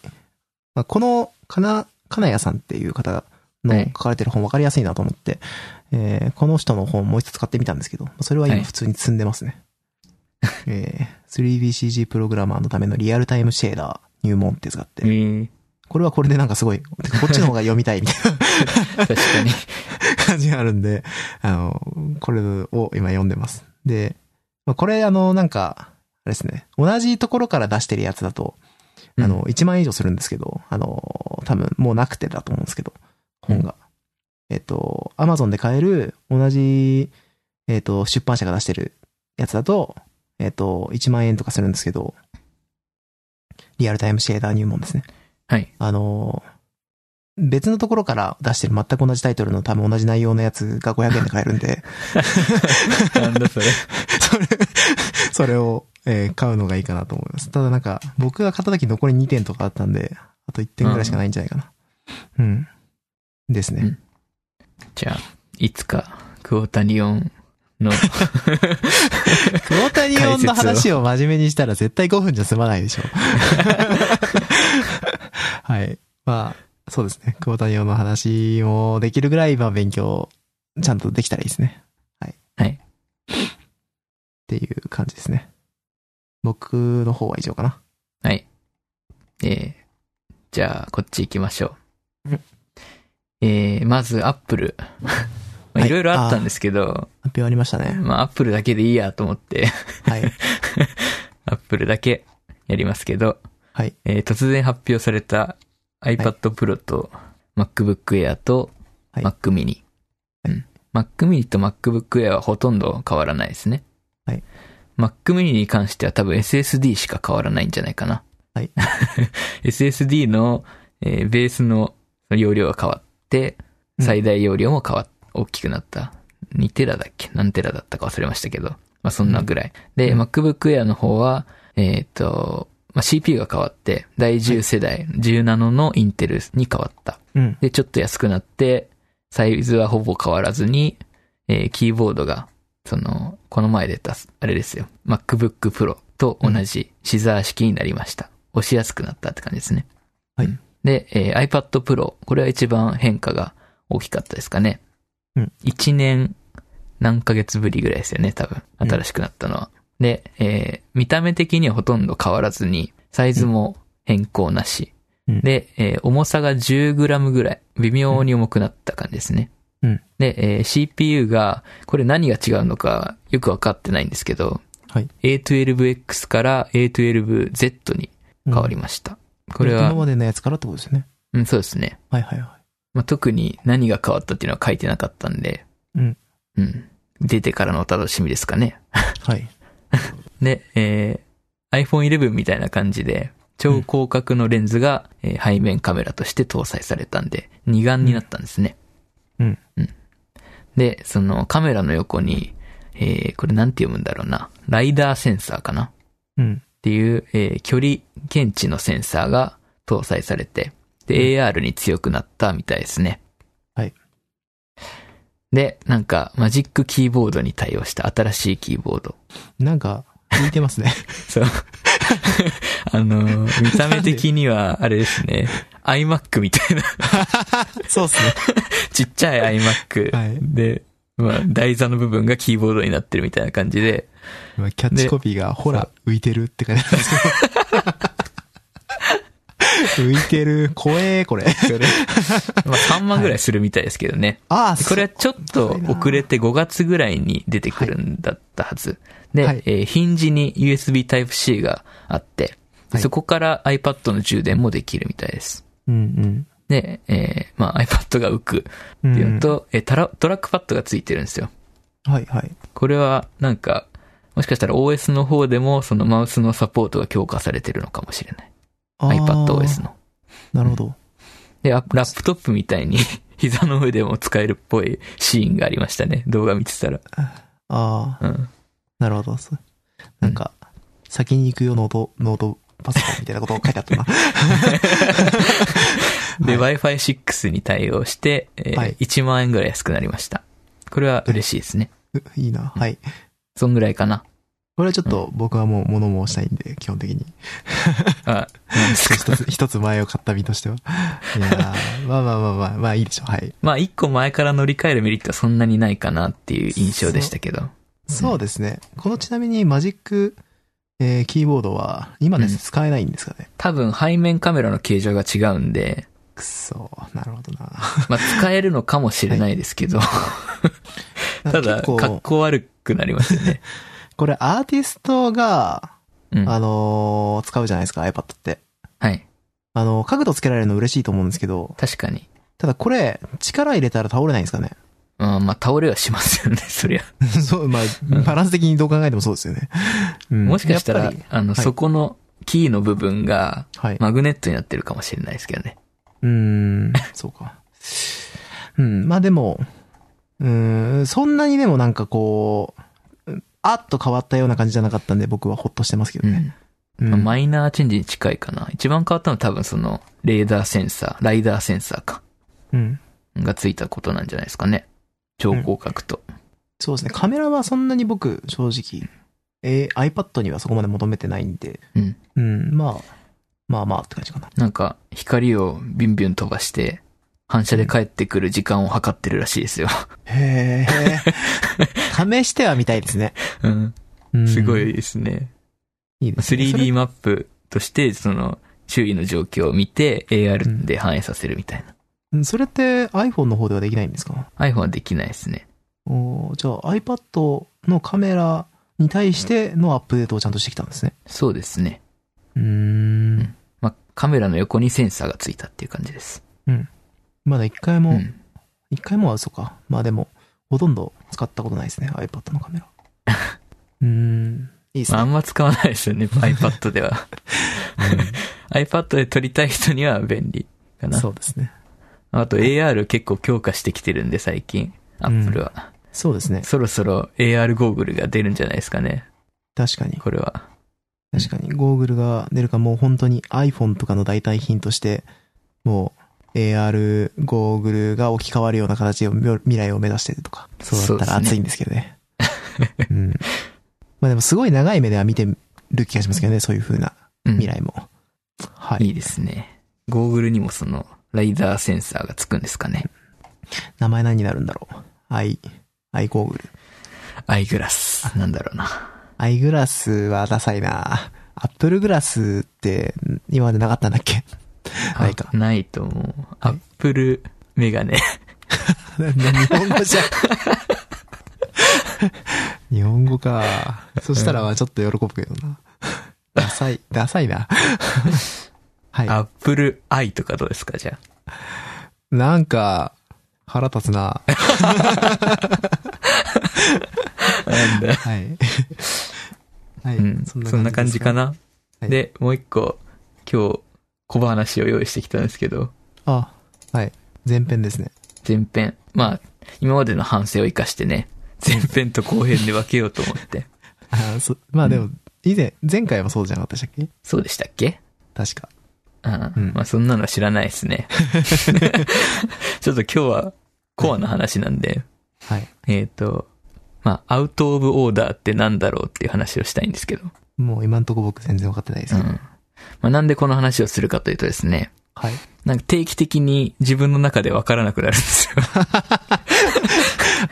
まあ、この、かな、金谷さんっていう方のはい書かれてる本分かりやすいなと思って、えーこの人の本もう一つ買ってみたんですけど、まあそれは今はい普通に積んでますね。えー 3DCG プログラマーのためのリアルタイムシェーダー入門ってやつがあっえて、ー、これはこれでなんかすごい、てかこっちの方が読みたいみたい確かに。 な感じがあるんで、あの、これを今読んでます。で、まあこれあの、なんか、あれですね、同じところから出してるやつだと、あの、1万円以上するんですけど、あの、多分もうなくてだと思うんですけど、本が。えっと、アマゾンで買える、同じ、えっと、出版社が出してるやつだと、えっと、1万円とかするんですけど、リアルタイムシェーダー入門ですね。はい。あの、別のところから出してる全く同じタイトルの多分同じ内容のやつが500円で買えるんで、なんだそれ。それ、 それを、えー買うのがいいかなと思います。ただなんか、僕が買った時残り2点とかあったんで、あと1点ぐらいしかないんじゃないかな。うん。ですね。うんじゃあ、いつか、クオータニオンの、 クオータニオンの話を真面目にしたら絶対5分じゃ済まないで しょ。はい。まあ、そうですね。クオータニオンの話もできるぐらい、まあ勉強、ちゃんとできたらいいですね。はい。はいっていう感じですね。僕の方は以上かな。はい。えー、じゃあ、こっち行きましょう う。えー、まず、アップル。まあはいいろいろあったんですけど、発表ありましたね。まあアップルだけでいいやと思って、はい。アップルだけやりますけど、はい。えー突然発表された iPad Pro と MacBook Air とはい Mac mini。うん。Mac mini と MacBook Air はほとんど変わらないですね。はい。 Mac mini に関しては多分 SSD しか変わらないんじゃないかな。はい SSD の、えーベースの容量が変わって、最大容量も変わっ、大きくなった。2テラだっけ何テラだったか忘れましたけど。まあそんなぐらい。で、うん MacBook Air の方は、えっ、と、まあ、CPU が変わって、第10世代、10ナノのインテルに変わった。うん。で、ちょっと安くなって、サイズはほぼ変わらずに、えーキーボードが、その、この前出た、あれですよ。MacBook Pro と同じシザー式になりました。押しやすくなったって感じですね。はいうん。で、えー iPad Pro。これは一番変化が大きかったですかね。うん。 1年何ヶ月ぶりぐらいですよね、多分。うん新しくなったのは。で、えー見た目的にはほとんど変わらずに、サイズも変更なし。うんで、えー重さが 10g ぐらい、微妙に重くなった感じですね。うんで、えー CPU が、これ何が違うのかよくわかってないんですけど、はい。 A12X から A12Z に変わりました。これ今は、までのやつからってことですよね。うん、そうですね。はいはいはまあ、特に何が変わったっていうのは書いてなかったんで、うん。うん。出てからのお楽しみですかね。い。はい。で、えー iPhone 11みたいな感じで、超広角のレンズが、えー背面カメラとして搭載されたんで、二眼になったんですね。うん。で、そのカメラの横に、えーこれなんて読むんだろうな。ライダーセンサーかなうん。っていう、えー距離検知のセンサーが搭載されて、で、AR に強くなったみたいですね。はい。で、なんか、マジックキーボードに対応した新しいキーボード。なんか、浮いて ますね。そう。あのー、見た目的には、あれですね、iMac みたいな、そうっすね。ちっちゃい iMac はいで、まあ、台座の部分がキーボードになってるみたいな感じで、まあキャッチコピーが、ほら、浮いてるって書いてあるんですけ ど。浮いてる。怖え、これ。まあ、3万ぐらいするみたいですけどね。ああ、でこれはちょっと遅れて。て5月ぐらいに出てくるんだったはず。で、はいえーヒンジに USB Type-C があって、ではいそこから iPad の充電もできるみたいです。うんで、えーまあ iPad が浮くうん。っていうのと、えータラトラックパッドがついてるんですよ。うん、はいはい。これはなんか、もしかしたら OS の方でもそのマウスのサポートが強化されてるのかもしれない。あー iPadOS の。なるほど。で、ララップトップみたいに 膝の上でも使えるっぽいシーンがありましたね。動画見てたら。ああ、うん。なるほど。そうなんか、先に行くよ、ノート、ノートパソコンみたいなこと書いてあ ったな。で、Wi-Fi6 に対応して、えーはい1万円ぐらい安くなりました。これは嬉しいですね。ういいな。はい。そんぐらいかな。これはちょっと僕はもう物申したいんで、基本的に。あ、なんです か。一つ、一つ前を買った身としては。いやーまあまあまあまあ、まあいいでしょう。はい。まあ、1個前から乗り換えるメリットはそんなにないかなっていう印象でしたけど。そうですね。このちなみにマジック、えーキーボードは、今ですね、うん使えないんですかね。多分背面カメラの形状が違うんで、くそなるほどな。まあ、使えるのかもしれないですけ ど、ただ、結構格好悪くなりますよね。これアーティストが、うん。あのー使うじゃないですか、iPad って。はい。あのー角度つけられるの嬉しいと思うんですけど、確かに。ただこれ、力入れたら倒れないんですかね。 うん、まあ、倒れはしますよね、 そりゃ。そう、まあ、バランス的にどう考えてもそうですよね。うんもしかしたやらっぱり、あはの、いそこのキーの部分が、はい。マグネットになってるかもしれないですけどね。うー ん、そうか。うん、まあでも、うーん、そんなにでもなんかこう、うんあっと変わったような感じじゃなかったんで僕はほっとしてますけうどね。うん。んまあマイナーチェンジに近いかな。一番変わったのは多分その、レーダーセンサー、ライダーセンサーか。うんがついたことなんじゃないですかね。超広角と。そうですね。カメラはそんなに僕、正直、えー iPad にはそこまで求めてないんで、うん。うん、まあ、まあまあって感じかな。なんか、光をビュンビュン飛ばして、反射で帰ってくる時間を測ってるらしいですよ。へ え。試してはみたいですね。うん。うんすごい。ですね。いいですね 3D マップとして、その、周囲の状況を見て、AR で反映させるみたいな。うんそれって iPhone の方ではできないんですか iPhone はできないですね。おーじゃあ iPad のカメラに対してのアップデートをちゃんとしてきたんですね。そうですね。うーん。まあ、カメラの横にセンサーがついたっていう感じです。まだ一回うも、ん。一、回もはそうか。まあでも、ほとんど使ったことないですね。iPad のカ メラ。うーん。いいですまあ、あね。んま使わないですよ ね、iPad では。iPad で撮りたい人には便利かな。そうですね。あと AR 結構強化してきてるんで、最近。Apple は。そうですね。そろそろ AR ゴーグルが出るんじゃないですかね。確かに。これは。確かに。ゴーグルが出るかもう本当に iPhone とかの代替品として、もう AR ゴーグルが置き換わるような形で未来を目指してるとか。そうだったらそうですね熱いんですけどね。うん。まあでもすごい長い目では見てる気がしますけどね、そういう風なうん未来も。はいい。いですね。ゴーグルにもその、ライダーセンサーがつくんですかね。名前何になるんだろう。アイ、アイゴーグル。アイグラス。なんだろうな。アイグラスはダサいなアップルグラスって今までなかったんだっけないかあないと思う。アップルメガネ。日本語 じゃん。日本語か。そしたらはちょっと喜ぶけどな。ダサい、ダサいな。はい。アップルアイとかどうですか、じゃあ。なんか、腹立つな。なんだ。はい。 はい。うん。そんな感じかな。な。はいで、もう一個、今日、小話を用意してきたんですけど、あ、はい。前編ですね。前編。まあ、今までの反省を生かしてね、前編と後編で分けようと思って。あそまあでも、以前、前回もそうじゃなかったでしたっけそうでしたっけ確か。ああうんまあそんなの知らないですね。 ちょっと今日はコアな話なんで、はい。えっ、と、まあアウトオブオーダーってなんだろうっていう話をしたいんですけど。もう今んとこ僕全然分かってないですうん。けどまあなんでこの話をするかというとですね、はい。なんか定期的に自分の中でわからなくなるんですよ。。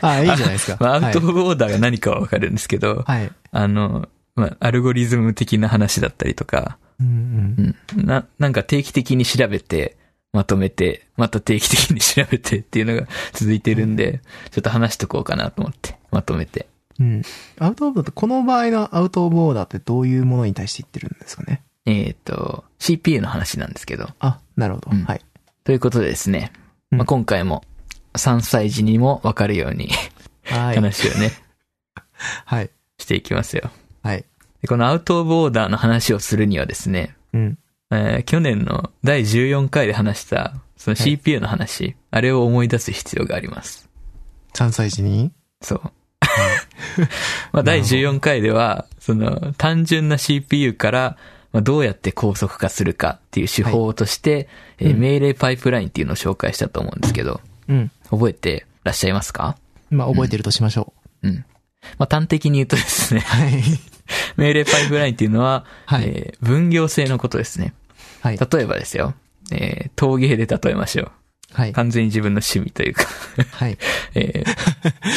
あ、いいじゃないですか まあアウトオはいブオーダーが何かはわかるんですけど、はい。あの、まあアルゴリズム的な話だったりとか、うんうんう。ん。な、なんか定期的に調べて、まとめて、また定期的に調べて っていうのが続いてるんで、ちょっと話しとこうかなと思って、まとめて。うん。アウトオブオーダーって、この場合のアウトオブオーダーってどういうものに対して言ってるんですかねえっ、と、CPU の話なんですけど。あ、なるほど。うんはい。ということでですね、まうあ、ん今回も3歳児にもわかるようにはい。話をね、はい。していきますよ。はい。でこのアウトオブオーダーの話をするにはですね、うん。えー去年の第14回で話した、そのはい CPU の話、あれを思い出す必要があります。 3歳児にそう。 まあ、第14回では、その、単純な CPU から、まあ、どうやって高速化するかっていう手法として、えーうん命令パイプラインっていうのを紹介したと思うんですけど、うん。覚えてらっしゃいますかまあ、覚えてるとしましょう。うん。まあ、端的に言うとですね、はい。命令パイプラインっていうのは、はいえー分業制のことですね。はい。例えばですよ、えー陶芸で例えましょはう。い。完全に自分の趣味というか、はい。 えー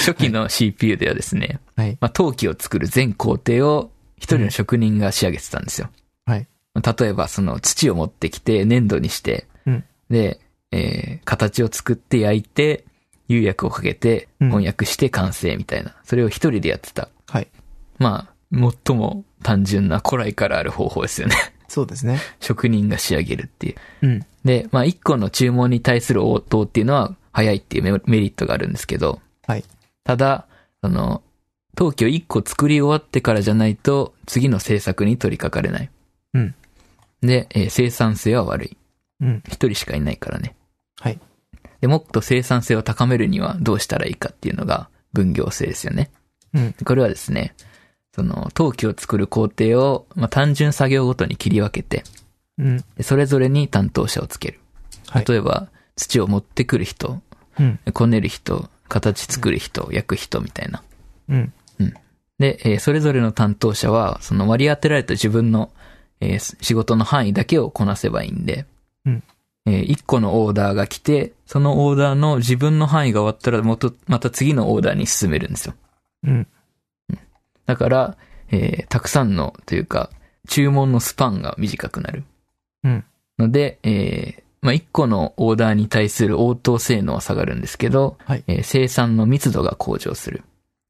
初期の CPU ではですね、はい。まあ、陶器を作る全工程を一人の職人が仕上げてたんですよ。はいまあ。例えば、その土を持ってきて粘土にして、うんで、えー形を作って焼いて、釉薬をかけて、うん翻訳して完成みたいな。それを一人でやってた。はい。まあ、最も単純な古来からある方法ですよね。そうですね。職人が仕上げるっていう。うん。で、まあ、一個の注文に対する応答っていうのは早いっていうメメリットがあるんですけど、はい。ただ、その、陶器を1個作り終わってからじゃないと、次の制作に取り掛かれない。うん。で、えー生産性は悪い。うん。一人しかいないからね。はい。で、もっと生産性を高めるにはどうしたらいいかっていうのが分業制ですよね。うん。これはですね、その、陶器を作る工程を、まあ、単純作業ごとに切り分けて、うん。でそれぞれに担当者をつける。はい。例えば、土を持ってくる人、うん。こねる人、形作る人、焼く人みたいな。うん。で、えーそれぞれの担当者は、その割り当てられた自分の、えーす仕事の範囲だけをこなせばいいんで、うんえー一個のオーダーが来て、そのオーダーの自分の範囲が終わったら、もと、また次のオーダーに進めるんですよ。うん。だから、えーたくさんの、というか、注文のスパンが短くなる。うんので、えーまあ、1個のオーダーに対する応答性能は下がるんですけど、はいえー生産の密度が向上する。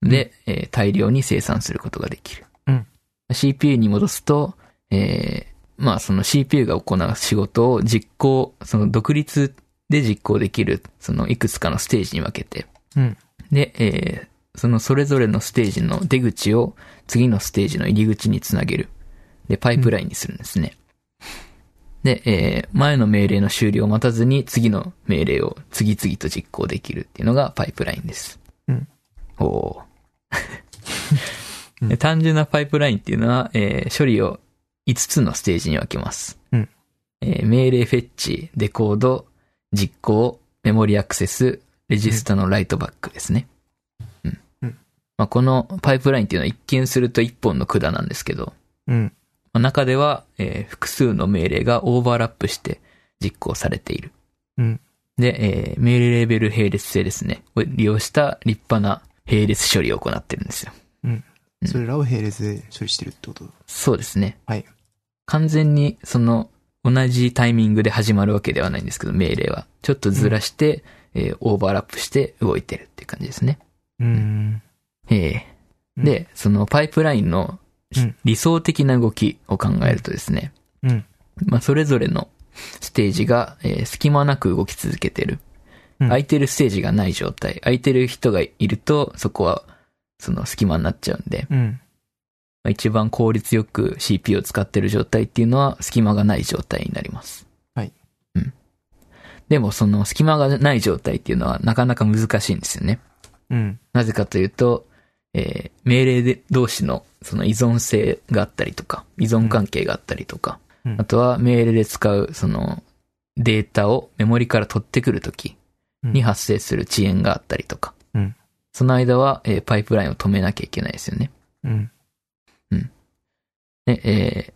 で、えー大量に生産することができる。うん、 CPU に戻すと、えーまあ、その CPU が行う仕事を実行、その独立で実行できる、そのいくつかのステージに分けて、うんで、えーそのそれぞれのステージの出口を次のステージの入り口につなげる。で、パイプラインにするんですね。で、えー前の命令の終了を待たずに次の命令を次々と実行できるっていうのがパイプラインです。うん。おうんーで単純なパイプラインっていうのは、えー処理を5つのステージに分けます。うんえー命令フェッチ、デコード、実行、メモリアクセス、レジスタのライトバックですね。うん。うんまあ、このパイプラインっていうのは一見すると一本の管なんですけど、うん。まあ中では、えー複数の命令がオーバーラップして実行されている。うんで、えー命令レベル並列性ですね。を利用した立派な並列処理を行ってるんですよ。うんそれらを並列で処理してるってこと。そうですね。はい完全に、その、同じタイミングで始まるわけではないんですけど、命令は。ちょっとずらして、えーオーバーラップして動いてるっていう感じですね。うん。ええうんで、そのパイプラインのうん理想的な動きを考えるとですね、うんまあ、それぞれのステージが、えー隙間なく動き続けてる。うん空いてるステージがない状態。空いてる人がいると、そこは、その隙間になっちゃうんで、うん。まあ一番効率よく CPU を使ってる状態っていうのは隙間がない状態になります。はい。うん。でもその隙間がない状態っていうのはなかなか難しいんですよね。うん。なぜかというと、えー命令で同士のその依存性があったりとか、依存関係があったりとか、うんあとは命令で使うそのデータをメモリから取ってくるときに発生する遅延があったりとか、うんその間は、えーパイプラインを止めなきゃいけないですよね。うん。で、えー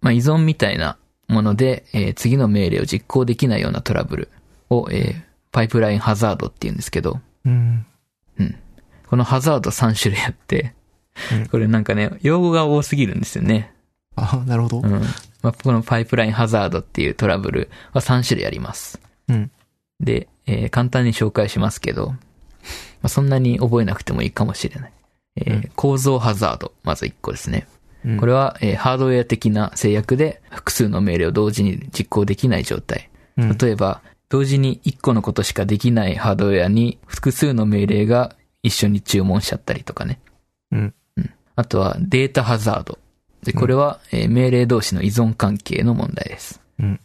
まあ、依存みたいなもので、えー次の命令を実行できないようなトラブルを、えーパイプラインハザードって言うんですけど、うん。このハザード3種類あってうん、これなんかね、用語が多すぎるんですよね。あ、なるほどう。ん。まあ、このパイプラインハザードっていうトラブルは3種類あります。うんで、えー簡単に紹介しますけど、まあ、そんなに覚えなくてもいいかもしれない。えーうん構造ハザード、まず1個ですね。うんこれは、えーハードウェア的な制約で複数の命令を同時に実行できない状態。うん例えば、同時に1個のことしかできないハードウェアに複数の命令が一緒に注文しちゃったりとかね。うん。あとはデータハザード。で、これは、えー命令同士の依存関係の問題です。うん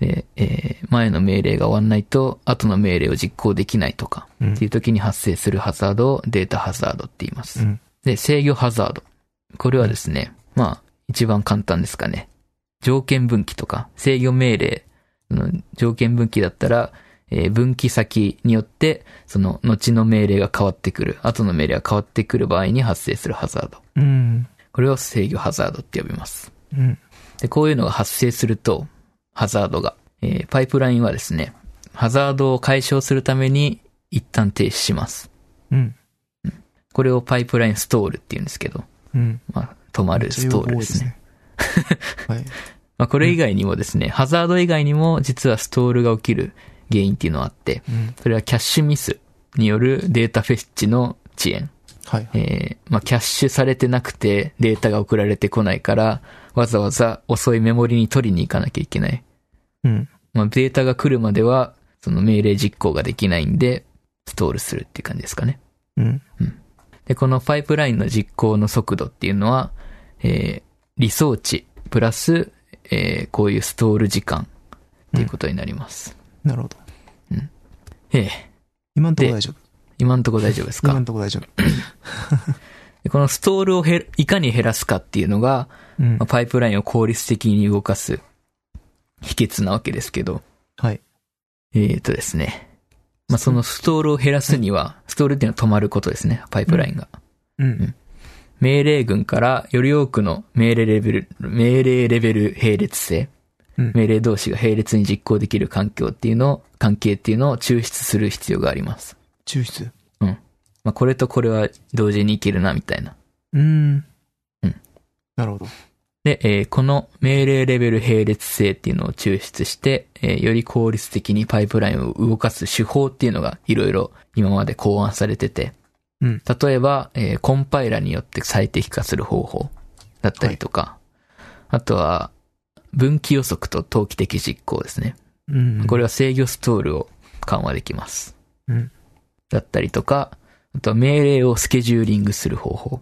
で、えー前の命令が終わんないと、後の命令を実行できないとか、うんっていう時に発生するハザードをデータハザードって言います。うんで、制御ハザード。これはですね、まあ、一番簡単ですかね。条件分岐とか、制御命令の条件分岐だったら、えー分岐先によって、その、後の命令が変わってくる、後の命令が変わってくる場合に発生するハザード。うん。これを制御ハザードって呼びます。うん。で、こういうのが発生すると、ハザードが、えーパイプラインはですね、ハザードを解消するために一旦停止します。うん。これをパイプラインストールって言うんですけど、うん。まあ、止まるストールですね。多いですね。まあ、これ以外にもですね、ハザード以外にも実はストールが起きる原因っていうのがあって、はい。それはキャッシュミスによるデータフェッチの遅延。はい。はい。えーまあ、キャッシュされてなくてデータが送られてこないから、わざわざ遅いメモリに取りに行かなきゃいけない。うん。まあ、データが来るまでは、その命令実行ができないんで、ストールするっていう感じですかね。うん。で、このパイプラインの実行の速度っていうのは、えー理想値プラス、えーこういうストール時間っていうことになります。なるほど。ええ今んとこ大丈夫。今のところ大丈夫です今かんとこ大丈夫。でこのストールをへいかに減らすかっていうのが、うんまあ。パイプラインを効率的に動かす秘訣なわけですけど、はい。えー、とですね。まあ、そのストールを減らすには、ストールっていうのは止まることですね、パイプラインが。うん。命令群からより多くの命令レベル、命令レベル並列性、うん命令同士が並列に実行できる環境っていうのを、関係っていうのを抽出する必要があります。抽出。まあ、これとこれは同時にいけるな、みたいな。うん。うんなるほど。で、えーこの命令レベル並列性っていうのを抽出して、えーより効率的にパイプラインを動かす手法っていうのがいろいろ今まで考案されてて、うん例えば、えーコンパイラによって最適化する方法だったりとか、あとは、分岐予測と投機的実行ですね。うん。これ。れは制御ストールを緩和できます。うんだったりとか、あとは命令をスケジューリングする方法。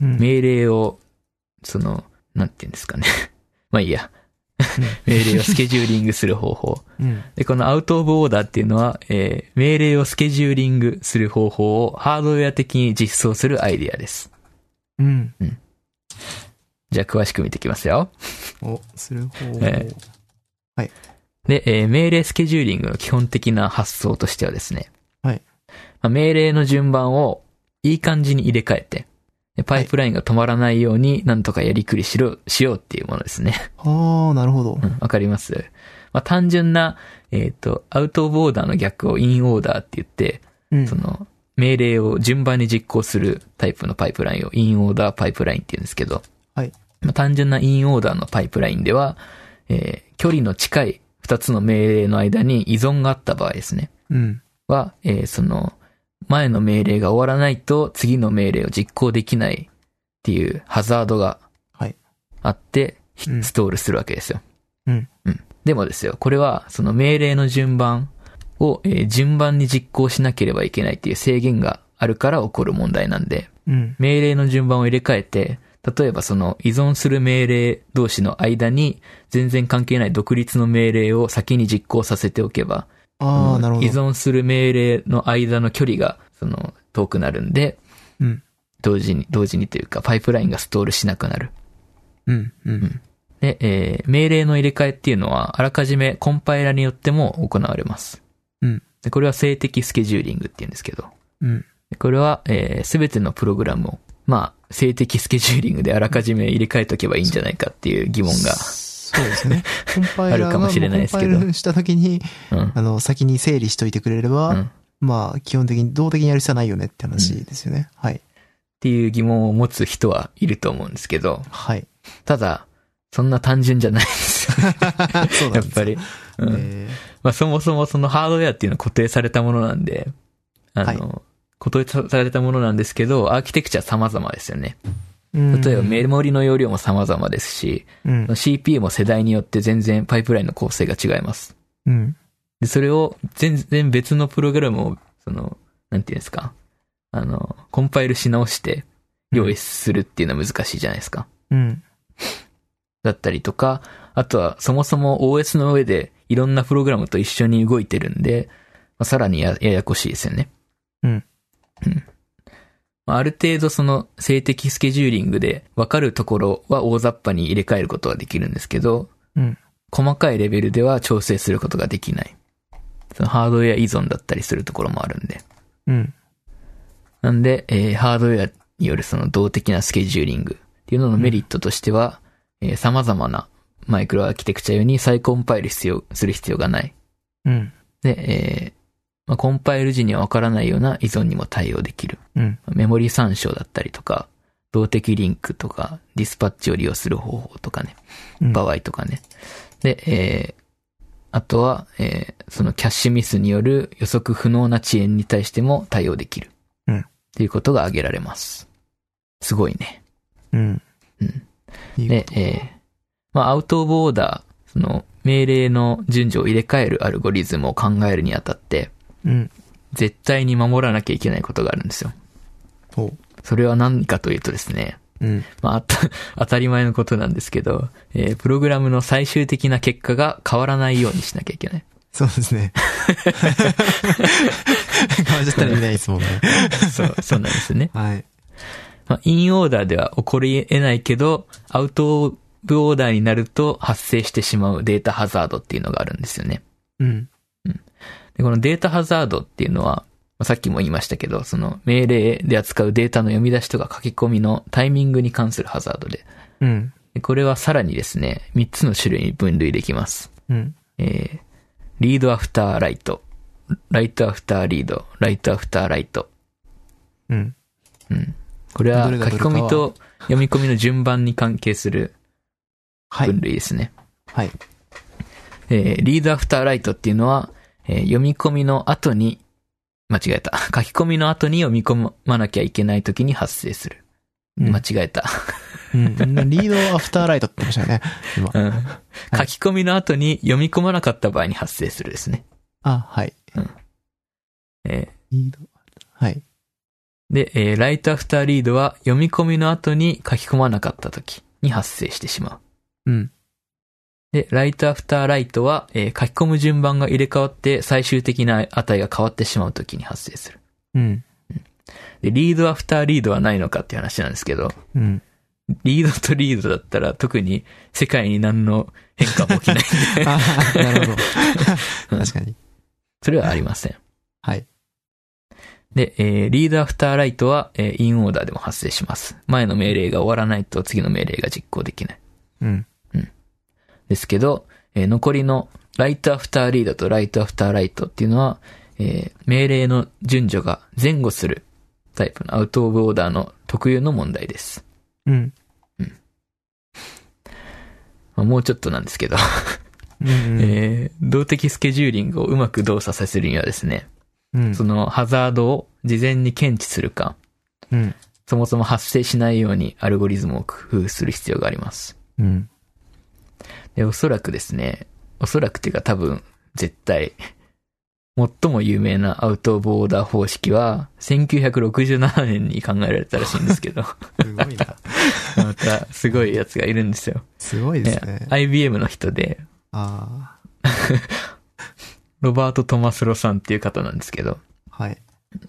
うん。命令を、その、なんて言うんですかね。 まあいいや。 命令をスケジューリングする方法。うん。で、このアウトオブオーダーっていうのは、えー命令をスケジューリングする方法をハードウェア的に実装するアイディアです。うん。じゃあ詳しく見ていきますよ。お、する方法。えで、えー命令スケジューリングの基本的な発想としてはですね。はいまあ命令の順番をいい感じに入れ替えて、でパイプラインが止まらないようになんとかやりくりしろ、しようっていうものですね。はあ、なるほどう。 んわかります。まあ、単純な、えっ、と、アウトボーダーの逆をインオーダーって言って、うんそ。の、命令を順番に実行するタイプのパイプラインをインオーダーパイプラインって言うんですけど、はいまあ、単純なインオーダーのパイプラインでは、えー距離の近い2つの命令の間に依存があった場合ですね。うん。は、えーその、前の命令が終わらないと次の命令を実行できないっていうハザードがはいあって、ひうんストールするわけですよ。うん。でもですよ、これはその命令の順番を、えー順番に実行しなければいけないっていう制限があるから起こる問題なんで、うん。命令の順番を入れ替えて、例えばその依存する命令同士の間に全然関係ない独立の命令を先に実行させておけば、あうあ、んなるほど。依存する命令の間の距離が、その、遠くなるんで、うん同時に、同時にというか、パイプラインがストールしなくなる。うん。うん。で、えー命令の入れ替えっていうのは、あらかじめコンパイラによっても行われます。うんで、これは静的スケジューリングって言うんですけど、うん。でこれは、えすべてのプログラムを、まあ、静的スケジューリングであらかじめ入れ替えとけばいいんじゃないかっていう疑問そうです ね。コンパイラーあるかもしれないですけどはコンパイルしたときに、が。うん。あの、先に整理しといてくれれば、うんっまあ、基本的に、動的にやる必要はないよねって話ですよね。はい。ていう疑問を持つ人はいると思うんですけど、 はい。ただ、そんな単純じゃないんですよそうなやんでっすぱよ。り。うんえまあそもそもそのハードウェアっていうのは固定されたものなんで、あの、はい固定されたものなんですけど、アーキテクチャ様々ですよね。ー例えばメル。モリの容量も様々ですし、うん。 CPU も世代によって全然パイプラインの構成が違います。うん。で、それを全然別のプログラムを、その、なんていうんですか、あの、コンパイルし直して用意するっていうのは難しいじゃないですか。うん。だったりとか、あとはそもそも OS の上でいろんなプログラムと一緒に動いてるんで、まあ、さらにやややこしいですよね。うん。うん。まあある程度その性的スケジューリングで分かるところは大雑把に入れ替えることはできるんですけど、うん細かいレベルでは調整することができない。そのハードウェア依存だったりするところもあるんで。うん。なんで、えーハードウェアによるその動的なスケジューリングっていうののメリットとしては、えー様々なマイクロアーキテクチャ用に再コンパイル必要、する必要がない。うん。で、えーまあ、コンパイル時にはわからないような依存にも対応できる。うん。メモリ参照だったりとか、動的リンクとか、ディスパッチを利用する方法とかね、うん場合とかね。で、えーあとは、えーそのキャッシュミスによる予測不能な遅延に対しても対応できる。うんっていうことが挙げられます。すごいね。うん。うんいいでこ、とえーまあ、アウトオブオーダー、その、命令の順序を入れ替えるアルゴリズムを考えるにあたって、うん。絶対に守らなきゃいけないことがあるんですよ。ほそれは何かというとですね、う。うん。まあ、あた 当たり前のことなんですけど、えープログラムの最終的な結果が変わらないようにしなきゃいけない。そうです ね。変わっちゃったら見ないですもんね。そう、そうなんですね。はい。まあ、インオーダーでは起こり得ないけど、アウトオブオーダーになると発生してしまうデータハザードっていうのがあるんですよね。うん。でこのデータハザードっていうのは、まあさっきも言いましたけど、その命令で扱うデータの読み出しとか書き込みのタイミングに関するハザードで、うん。でこれはさらにですね、3つの種類に分類できます。うん。えー、リードアフターライト、ライトアフターリード、ライトアフターライト。うん。うん。これはどれ書きがどれか込はみと読み込みの順番に関係するはい分。類ですね。はい。えーリードアフターライトっていうのは、えー読み込みの後に、間違えた。 書き込みの後に読み込まなきゃいけない時に発生する。うん間違えた。 うん。リードアフターライトって言ってましたよね。今。うん書き込みの後に読み込まなかった場合に発生するですね。あ、はい。えリード、はい。ーで、えーライトアフターリードは読み込みの後に書き込まなかった時に発生してしまう。うん。で、ライトアフターライトは、えー書き込む順番が入れ替わって最終的な値が変わってしまう時に発生する。うん。で、リードアフターリードはないのかっていう話なんですけど、うん。リードとリードだったら特に世界に何の変化も起きない。あーなるほうど。ん確かに。それはありません。はい。で、えーリードアフターライトは、えーインオーダーでも発生します。前の命令が終わらないと次の命令が実行できない。うん。ですけど、えー残りのライトアフターリードとライトアフターライトっていうのは、えー命令の順序が前後するタイプのアウトオブオーダーの特有の問題です。うん。まあもうちょっとなんですけど、うん。えー動的スケジューリングをうまく動作させるにはですね、うん。そのハザードを事前に検知するか、うん。そもそも発生しないようにアルゴリズムを工夫する必要があります。うん。で、おそらくですね、おそらくっていうか多分、絶対、最も有名なアウトボーダー方式は、1967年に考えられたらしいんですけど、すごいな。また、すごいやつがいるんですよ。すごいですね。 IBM の人で、あロバート・トマスロさんっていう方なんですけど、あ。はい。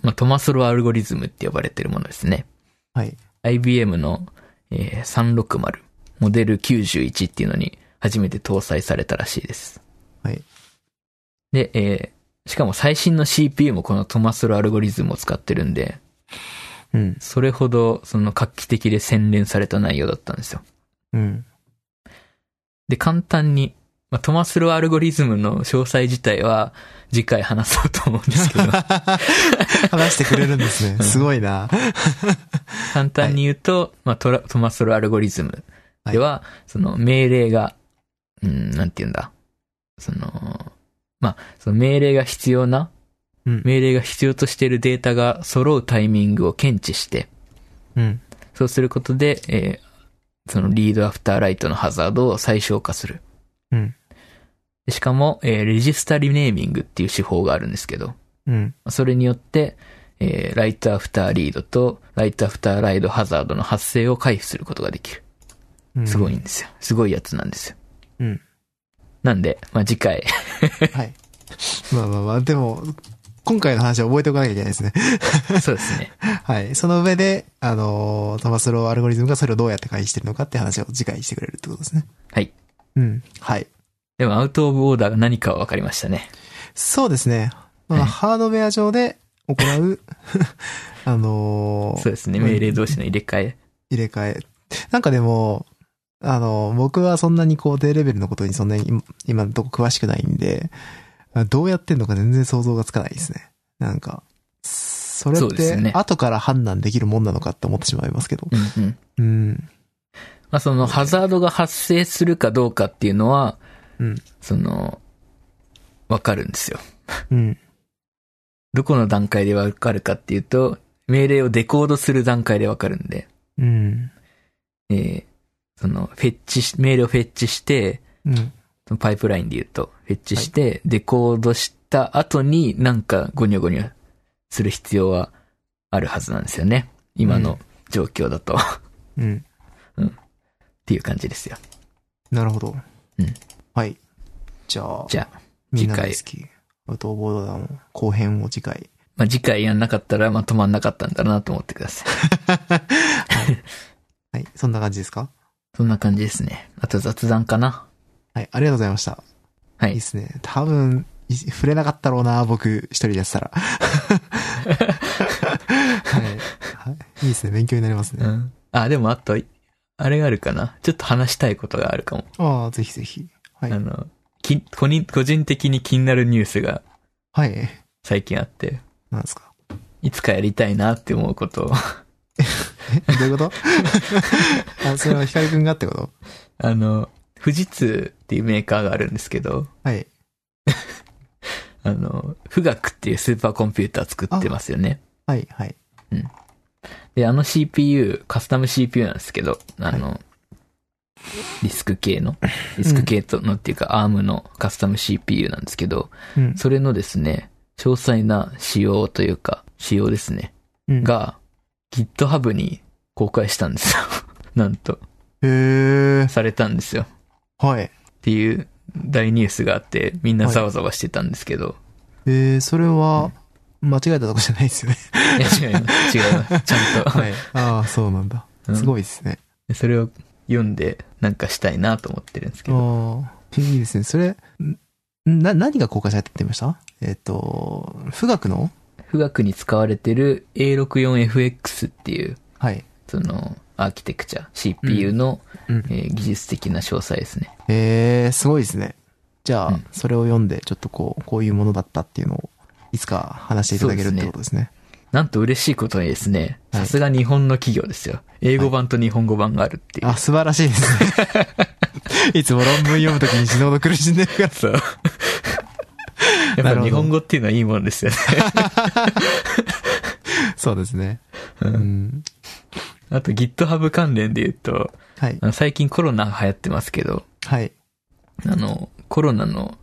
まあ、トマスロアルゴリズムって呼ばれてるものですね。はい。 IBM の、えー360、モデル91っていうのに初めて搭載されたらしいです。はい。で、えーしかも最新の CPU もこのトマスロアルゴリズムを使ってるんで、うん。それほどその画期的で洗練された内容だったんですよ。うん。 で、簡単に、まあ、トマスロアルゴリズムの詳細自体は次回話そうと思うんですけど、話してくれるんですね。すごいな。簡単に言うと、まあ、トラトマスロアルゴリズムでは、その命令が、うん、なんて言うんだ。その、まあ、その命令が必要な、うん命令が必要としているデータが揃うタイミングを検知して、うん。そうすることで、えーそのリードアフターライトのハザードを最小化する。うんでしかも、えーレジスタリネーミングっていう手法があるんですけど、うん。それによって、えーライトアフターリードとライトアフターライドハザードの発生を回避することができる。うんすごい。んですよ。すごいやつなんですよ。うん。なんで、まあ、次回、はい。まあまあまあ、でも、今回の話は覚えておかなきゃいけないですね。 そうですね。はい。その上で、あのー、トマスローアルゴリズムがそれをどうやって回避してるのかって話を次回してくれるってことですね。はい。うん。はい。でも、アウトオブオーダーが何かは分かりましたね。そうですね。まはあ、いハードウェア上で行う、 あのーそうですね。うん命令同士の入れ替え。入れ替え。なんかでも、あの、僕はそんなにこう低レベルのことにそんなに今今のとこ詳しくないんで、あどうやってんのか全然想像がつかないですね。なんか、それっそうでてすね後から判断できるもんなのかって思ってしまいますけど。うんうん。うん。まあ、その、ハザードが発生するかどうかっていうのは、うん。その、分かるんですよ。うん。どこの段階で分かるかっていうと、命令をデコードする段階で分かるんで、うん。えーその、フェッチし、命令をフェッチして、うん。そのパイプラインで言うと、フェッチして、デコードした後になんかゴニョゴニョする必要はあるはずなんですよね。今の状況だと。 っうん。ていう感じですよ。なるほど。うんはい。じゃあ、じゃあ、みんな大好き。アウトボードだもん。後編を次回。まあ、次回やんなかったら、まあ、止まんなかったんだなと思ってください。はい。そんな感じですかそんな感じですね。あと雑談かな。はい。ありがとうございました。はいいいっすね。多分、い触れなかったろうな、僕、一人でやって たら。はい。はいいいですね。勉強になりますうね。ん。あ、でもあと、あれがあるかな。ちょっと話したいことがあるかも。ああ、ぜひぜひ。はいあ。の、き個人個人的に気になるニュースがはい。最近あって、なんですか。いつかやりたいなって思うこと を、 えどういうことあ、それは光くんがってことあの、富士通っていうメーカーがあるんですけど、はい。あの、富岳っていうスーパーコンピューター作ってますよね。はい、はい。で、あの CPU、カスタム CPU なんですけど、あの、リスク系の、リスク系とのっていうか、ARM のカスタム CPU なんですけど、うん。それのですね、詳細な仕様というか、仕様ですね、うん、が、GitHub に公開したんですよ。 なんと、へー。されたんですよ。はい。っていう大ニュースがあって、みんなざわざわしてたんですけど、えー、それは、間違えたとこじゃないですよね。い、や違います。違います。ちゃんと。い。 ああ、そうなんだ。うんすごいですね。でそれを読んで、なんかしたいなと思ってるんですけど、ああ、いいですね。それ、んな、何が公開されたって言いましたえっ、と、富岳の富岳に使われてる A64FX っていう、はい。その、アーキテクチャ、CPU の、うんえー技術的な詳細ですね。ええー、すごいですね。じゃあ、うんそれを読んで、ちょっとこう、こういうものだったっていうのを、いつか話していただけるってことですね。なんと嬉しいことにですね、はいさすが日本の企業ですよ。英語版と日本語版があるっていう。あ、素晴らしいです ね。いつも論文読むときに死ぬほど苦しんでるから。 そう。やなっるぱほど日本語っていうのはいいもんですよね。そうですね。うん。あと GitHub 関連で言うと、はいあ。の最近コロナが流行ってますけど、はい。あの、コロナの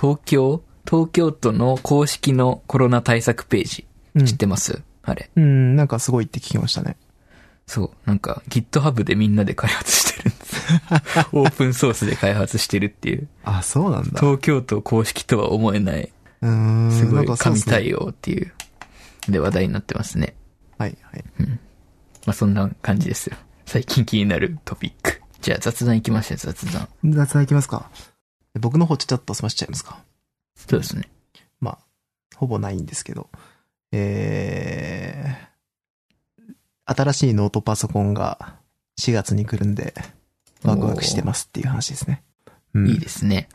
東京、東京都の公式のコロナ対策ページ、うん知ってます、あれ。うん、なんかすごいって聞きましたね。そう。なんか GitHub でみんなで開発してる んです。オープンソースで開発してるっていう。あ、そうなんだ。東京都公式とは思えない、うーん。すごなんいかそうっ神すね対応っていう、で話題になってますね。はい、はい。まあそんな感じですよ。最近気になるトピック。じゃあ雑談行きましょう、雑談。雑談いきますか。僕の方ちょっと済ましちゃいますか。そうですね。まあ、ほぼないんですけど。えー、新しいノートパソコンが4月に来るんで、ワクワクしてますっていう話ですね。うんいいですね。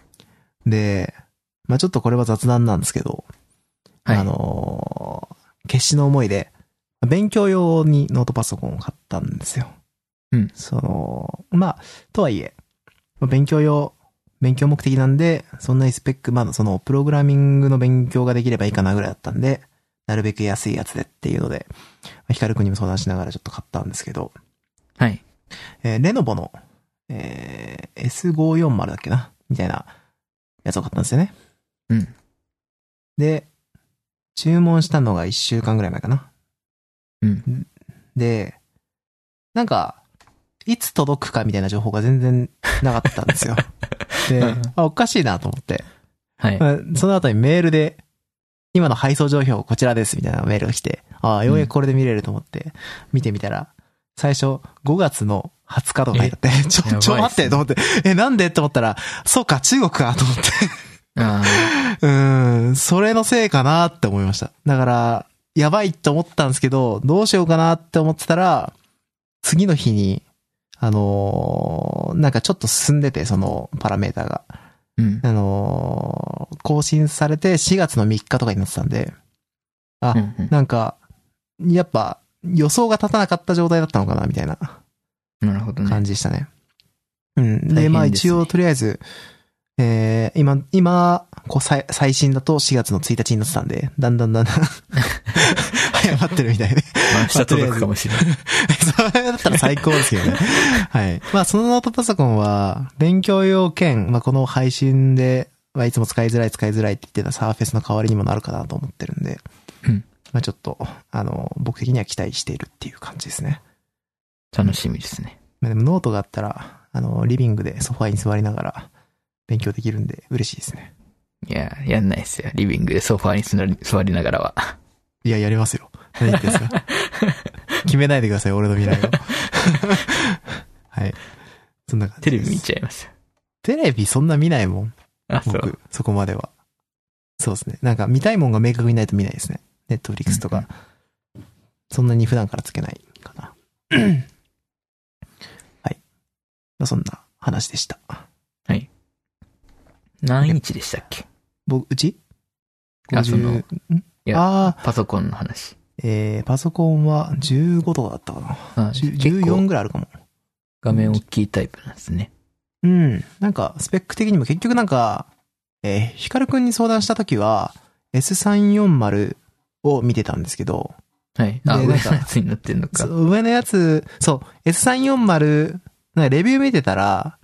で、まあちょっとこれは雑談なんですけど、はいあのー決死の思いで、勉強用にノートパソコンを買ったんですよ。うんその、まあ、とはいえ、まあ勉強用、勉強目的なんで、そんなにスペック、まあ、その、プログラミングの勉強ができればいいかなぐらいだったんで、なるべく安いやつでっていうので、まあヒカル君にも相談しながらちょっと買ったんですけど、はい。えーレノボの、えー S540 だっけなみたいなやつを買ったんですよね。うん。で、注文したのが1週間ぐらい前かな。うん。で、なんか、いつ届くかみたいな情報が全然なかったんですよ。 でうん、あ、おかしいなと思って。はい。まあその後にメールで、今の配送状況こちらですみたいなメールが来て、ああ、ようやくこれで見れると思って、見てみたら、最初、5月の20日とか書いてあって、ちやばいっすょ、ちょね待ってと思って、え、なんでと思ったら、そうか、中国かと思って。あうーん、それのせいかなって思いました。だから、やばいと思ったんですけど、どうしようかなって思ってたら、次の日に、あのーなんかちょっと進んでて、そのパラメーターが。ーうん。あのー更新されて4月の3日とかになってたんで、あうんうんなんか、やっぱ予想が立たなかった状態だったのかな、みたいななるほどね感。じでしたね。うん。大変ですで、ねまあ一応とりあえず、えー、今、今、こう最最新だと4月の1日になってたんで、だんだんだんだん、 早まってるみたいで。まあ、明日届くかもしれない。それだったら最高ですよ ね。はい。まあ、そのノートパソコンは、勉強用兼、まあ、この配信で、まあ、いつも使いづらい使いづらいって言ってたサーフェスの代わりにもなるかなと思ってるんで、うんまあ、ちょっと、あの、僕的には期待しているっていう感じですね。楽しみですね。まあ、でもノートがあったら、あの、リビングでソファーに座りながら、勉強できるんで、嬉しいですね。いや、やんないっすよ。リビングでソファーに座り 座りながらは。いや、やりますよ。何言ってんす か決めないでください、俺の未来を。はい。そんな感じテレですビ見ちゃいますよ。テレビそんな見ないもん。あ、そう。僕、そこまでは。そうですね。なんか見たいもんが明確にないと見ないですね。ネットフリックスとうんうか。そんなに普段からつけないかな。 はい。まあ、そんな話でした。何インチでしたっけ僕、うちあその50んやああ、パソコンの話。えー、パソコンは15とかだったかな。あ10結構14ぐらいあるかも。画面大きいタイプなんですね。うん。なんか、スペック的にも結局なんか、えー、ヒカルくんに相談した時は、S340 を見てたんですけど、はい。あ、でな上のんかやつになってんのそか。上のやつ、そう、S340、なんかレビュー見てたら、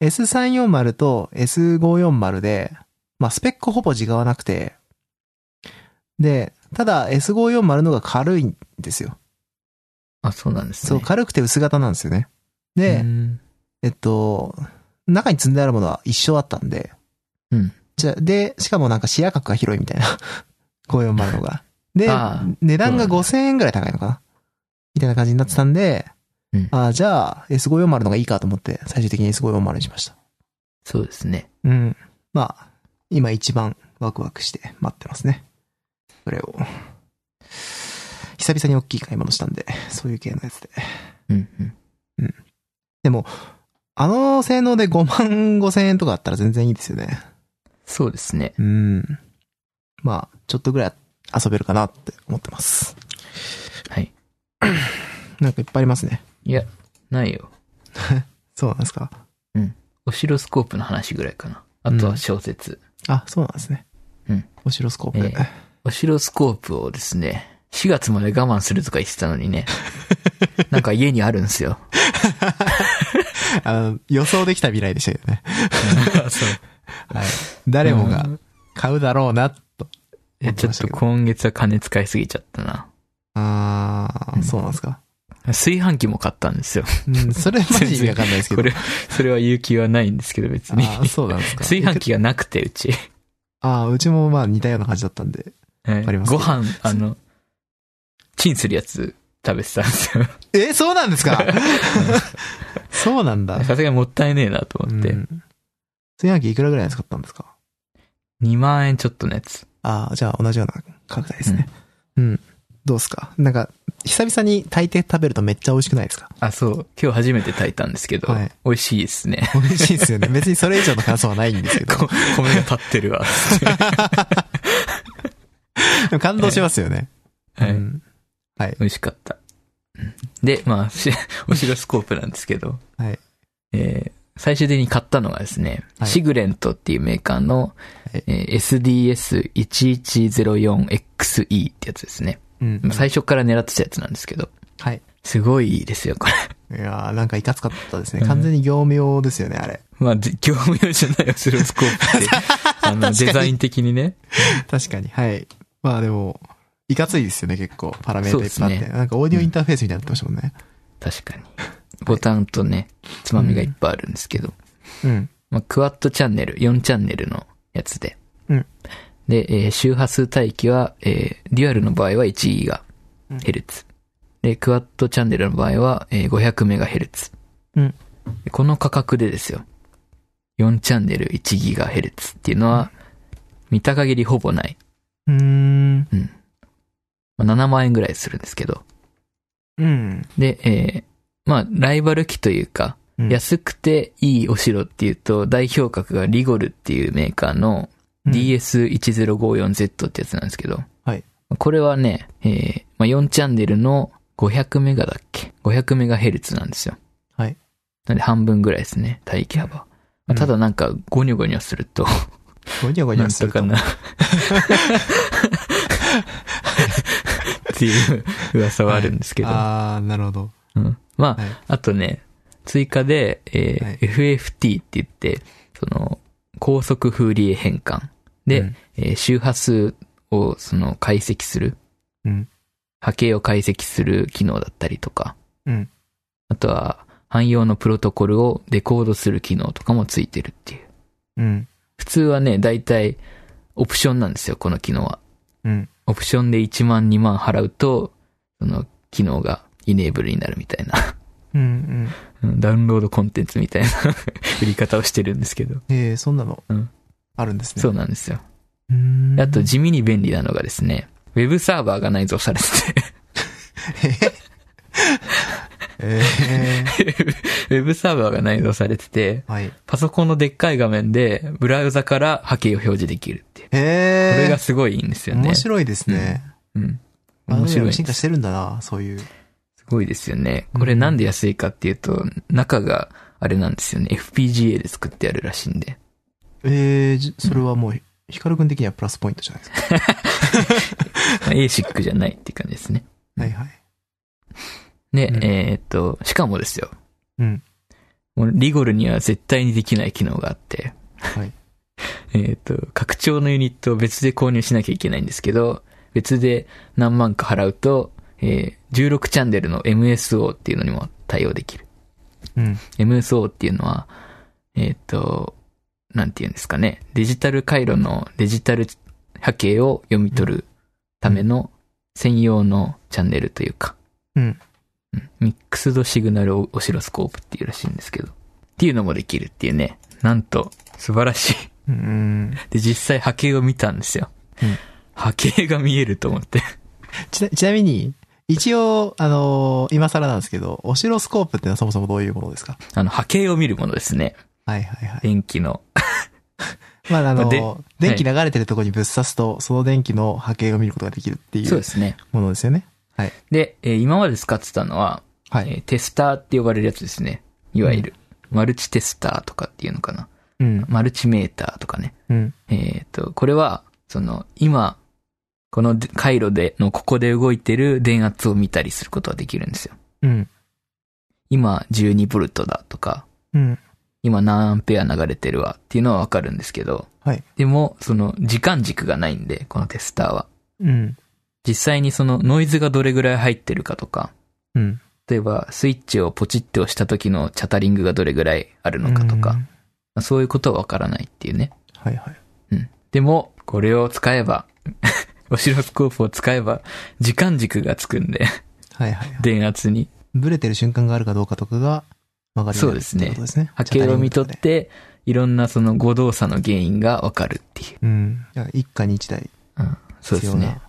S340 と S540 で、まあ、スペックほぼ違わなくて、で、ただ S540 の方が軽いんですよ。あ、そうなんですね。そう、軽くて薄型なんですよね。で、うんえっと、中に積んであるものは一緒だったんで。うん。じゃ、で、しかもなんか視野角が広いみたいな。540のが。でああ、値段がそうなん5000円ぐらい高いのかなみたいな感じになってたんで、うんああ、じゃあ S540 の方がいいかと思って、最終的に S540 にしました。そうですね。うん。まあ、今一番ワクワクして待ってますね。それを。久々に大きい買い物したんで、そういう系のやつで。うんうん。あの性能で5万5千円とかあったら全然いいですよね。そうですね。うん。まあ、ちょっとぐらい遊べるかなって思ってます。はい。 なんかいっぱいありますね。いや、ないよ。そうなんですか。オシロスコープの話ぐらいかな。あとは小説。あ、そうなんですね。うん。オシロスコープ。ええオシロスコープをですね、4月まで我慢するとか言ってたのにね。 なんか家にあるんですよ。 あの、予想できた未来でしたよね。 そう。はい。誰もが買うだろうな、と。いやちょっと今月は金使いすぎちゃったな。あー、そうなんですか。炊飯器も買ったんですよ。うん、それマジ意味わかんないですけど。 これ、それは言う気はないんですけど別に。あーそうなんですか。 炊飯器がなくて、うち。あー、うちもまあ似たような感じだったんで。はいかりますご飯、あの、チンするやつ食べてたんですよ。え、そうなんですか そうなんだ。 さすがにもったいねえなと思ってう。ん、炊飯器いくらぐらいのやつ買ったんですか2万円ちょっとのやつ。ああ、じゃあ同じような価格帯ですね。うん。どうっすかなんか、久々に炊いて食べるとめっちゃ美味しくないです かあ、そう。今日初めて炊いたんですけど、はい美味しいですね。美味しいですよね。別にそれ以上の感想はないんですけど。こ米が立ってるわ。でも感動しますよね。 はいうん美味しかった。で、まあ、し オシロスコープなんですけど、はいえー最終的に買ったのがですね、はいシグレントっていうメーカーの、はいえー SDS1104XE ってやつですね。うん。まあ最初から狙ってたやつなんですけど、はい。すごいいいですよ、これ。いやーなんかいかつかったですね。完全に業務用ですよね、あれ。 まあ、じ業務用じゃないオシロスコープ って、あの、デザイン的にね。確かに。はい。まあでも、いかついですよね、結構。パラメータいっぱいあって。そうですなんかオーディオインターフェースみたいになってましたもんね。確かに。ボタンとね、つまみがいっぱいあるんですけど、うん。まあ、クワッドチャンネル、4チャンネルのやつで。うんで、えー周波数帯域は、えーデュアルの場合は 1GHz。で、クワッドチャンネルの場合は、えー 500MHz。うんでこの価格でですよ。4チャンネル 1GHz っていうのは、見た限りほぼない。うーん。まあ7万円ぐらいするんですけど。うん。で、えーまあ、ライバル機というか、うん安くていいお城っていうと、代表格がリゴルっていうメーカーのうん DS1054Z ってやつなんですけど、はいこれはね、えーまあ、4チャンネルの500メガだっけ ?500 メガヘルツなんですよ。はいなんで半分ぐらいですね、帯域幅。まあうんただなんか、ゴニョゴニョすると、ゴニョゴニなョんすとるとかな。っていう噂はあるんですけど。ああ、なるほど。うんまあ、はいあとね、追加で、えーはい FFT って言って、その、高速フーリエ変換で、うんえー周波数をその解析する、うん波形を解析する機能だったりとか、うんあとは、汎用のプロトコルをデコードする機能とかもついてるっていう。うん。普通はね、だいたいオプションなんですよ、この機能は。うん。オプションで1万2万払うと、その機能がイネーブルになるみたいな。うん。うん。うんダウンロードコンテンツみたいな 売り方をしてるんですけど。えー、そんなのうん、あるんですね。そうなんですよ。うーん。あと、地味に便利なのがですね、ウェブサーバーが内蔵されてて、 えー、ウェブサーバーが内蔵されてて、はい。パソコンのでっかい画面で、ブラウザから波形を表示できるっていう。こえー、れがすごいいいんですよね。面白いですね。うん。あ面白い。す進化してるんだな、そういう。ごいですよね。これなんで安いかっていうと、中があれなんですよね。FPGA で作ってあるらしいんで。えー、じそれはもう、ヒカル君的にはプラスポイントじゃないですか。まあ ASIC じゃないっていう感じですね。はいはい。で、うんえーっと、しかもですよ。うん。もうリゴルには絶対にできない機能があって。はい。 えーっと、拡張のユニットを別で購入しなきゃいけないんですけど、別で何万か払うと、えー16チャンネルの MSO っていうのにも対応できる。うん。 MSO っていうのは、えっ、と、なんていうんですかね。デジタル回路のデジタル波形を読み取るための専用のチャンネルというか、うん。うんミックスドシグナルオシロスコープっていうらしいんですけど、っていうのもできるっていうね。なんと、素晴らしい。 うん。で、実際波形を見たんですよ。うん波形が見えると思って。 ちなちなみに、一応、あのー今更なんですけど、オシロスコープってのはそもそもどういうものですかあの、波形を見るものですね。はいはいはい。電気の。まあ、あのーで電気流れてるところにぶっ刺すと、その電気の波形を見ることができるっていそううですね。ものですよね。はい。で、えー今まで使ってたのは、はえい。ーテスターって呼ばれるやつですね。いわゆる。マルチテスターとかっていうのかな。うん。マルチメーターとかね。うん。えっ、と、これは、その、今、この回路での、ここで動いてる電圧を見たりすることができるんですよ。うん。今、12V だとか、うん。今何アンペア流れてるわっていうのはわかるんですけど、はいでも、その、時間軸がないんで、このテスターは。うん。実際にその、ノイズがどれぐらい入ってるかとか、うん。例えば、スイッチをポチって押した時のチャタリングがどれぐらいあるのかとか、うん。まあそういうことはわからないっていうね。はいはい。でも、これを使えば、 オシロスコープを使えば、時間軸がつくんで、 はいはいはい。電圧に。ブレてる瞬間があるかどうかとかが分かりやすいそうですねってことですね。波形を見とっチャタリングとかで。て、いろんなその誤動作の原因がわかるっていう。うん。じゃあ一家に一台うん、そう必で要すな。ね。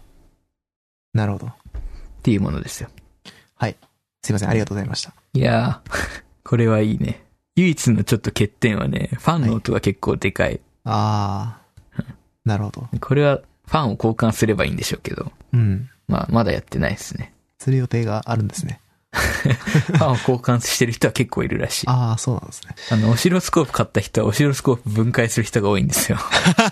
なるほど。っていうものですよ。すいません。ありがとうございました。いやー、 これはいいね。唯一のちょっと欠点はね、ファンの音が結構でかい。あ ー。なるほど。これは、ファンを交換すればいいんでしょうけど、うん。まあ、まだやってないで すね。する予定があるんですね。ファンを交換してる人は結構いるらしい。ああ、そうなんですね。あの、オシロスコープ買った人はオシロスコープ分解する人が多いんですよ。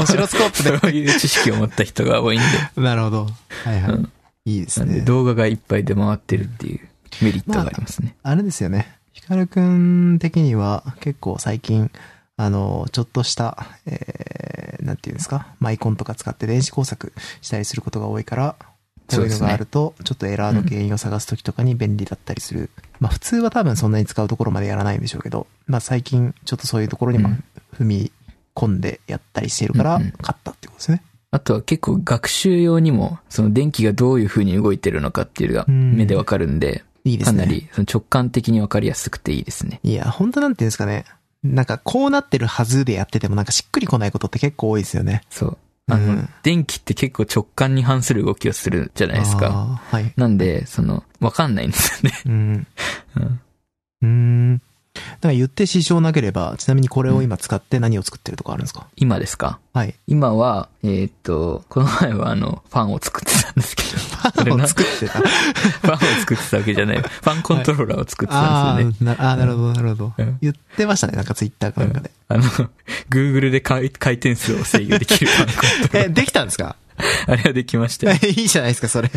オシロスコープでそういう知識を持った人が多 いんで。なるほど。はいはい。うんいいですなんでね。動画がいっぱい出回ってるっていうメリットがありますね。あれですよね。ヒカルくん的には結構最近、あの、ちょっとした、えー、なんていうんですか、マイコンとか使って電子工作したりすることが多いから、こそうういでうのすねがあると、ちょっとエラーの原因を探すときとかに便利だったりする。まあ普通は多分そんなに使うところまでやらないんでしょうけど、まあ最近ちょっとそういうところにもうん踏み込んでやったりしてるから、うんうん買ったってことですね。あとは結構学習用にも、その電気がどういう風に動いてるのかっていうのがうん目でわかるんで、いいですかね。なりその直感的にわかりやすくていいですね。いや、本当なんていうんですかね。なんかこうなってるはずでやっててもなんかしっくりこないことって結構多いですよね。そう。あの、うん電気って結構直感に反する動きをするじゃないですか。あー。はい。なんで、その、わかんないんですよね。うん。うんうーん。なんか言って支障なければ、ちなみにこれを今使って何を作ってるとかあるんですか、今ですかはい。今は、えーっと、この前はあの、ファンを作ってたんですけど、それな作ってた。ファンを作ってたわけじゃない。ファンコントローラーを作ってた んあですよね。ーなあー、なるほど、なるほどうん。言ってましたね、なんかツイッターかなんかで。あの、Google で回回転数を制御 できるファンコントローえ、できたんですかラー。あれはできましたよ。いいじゃないですか、 それ。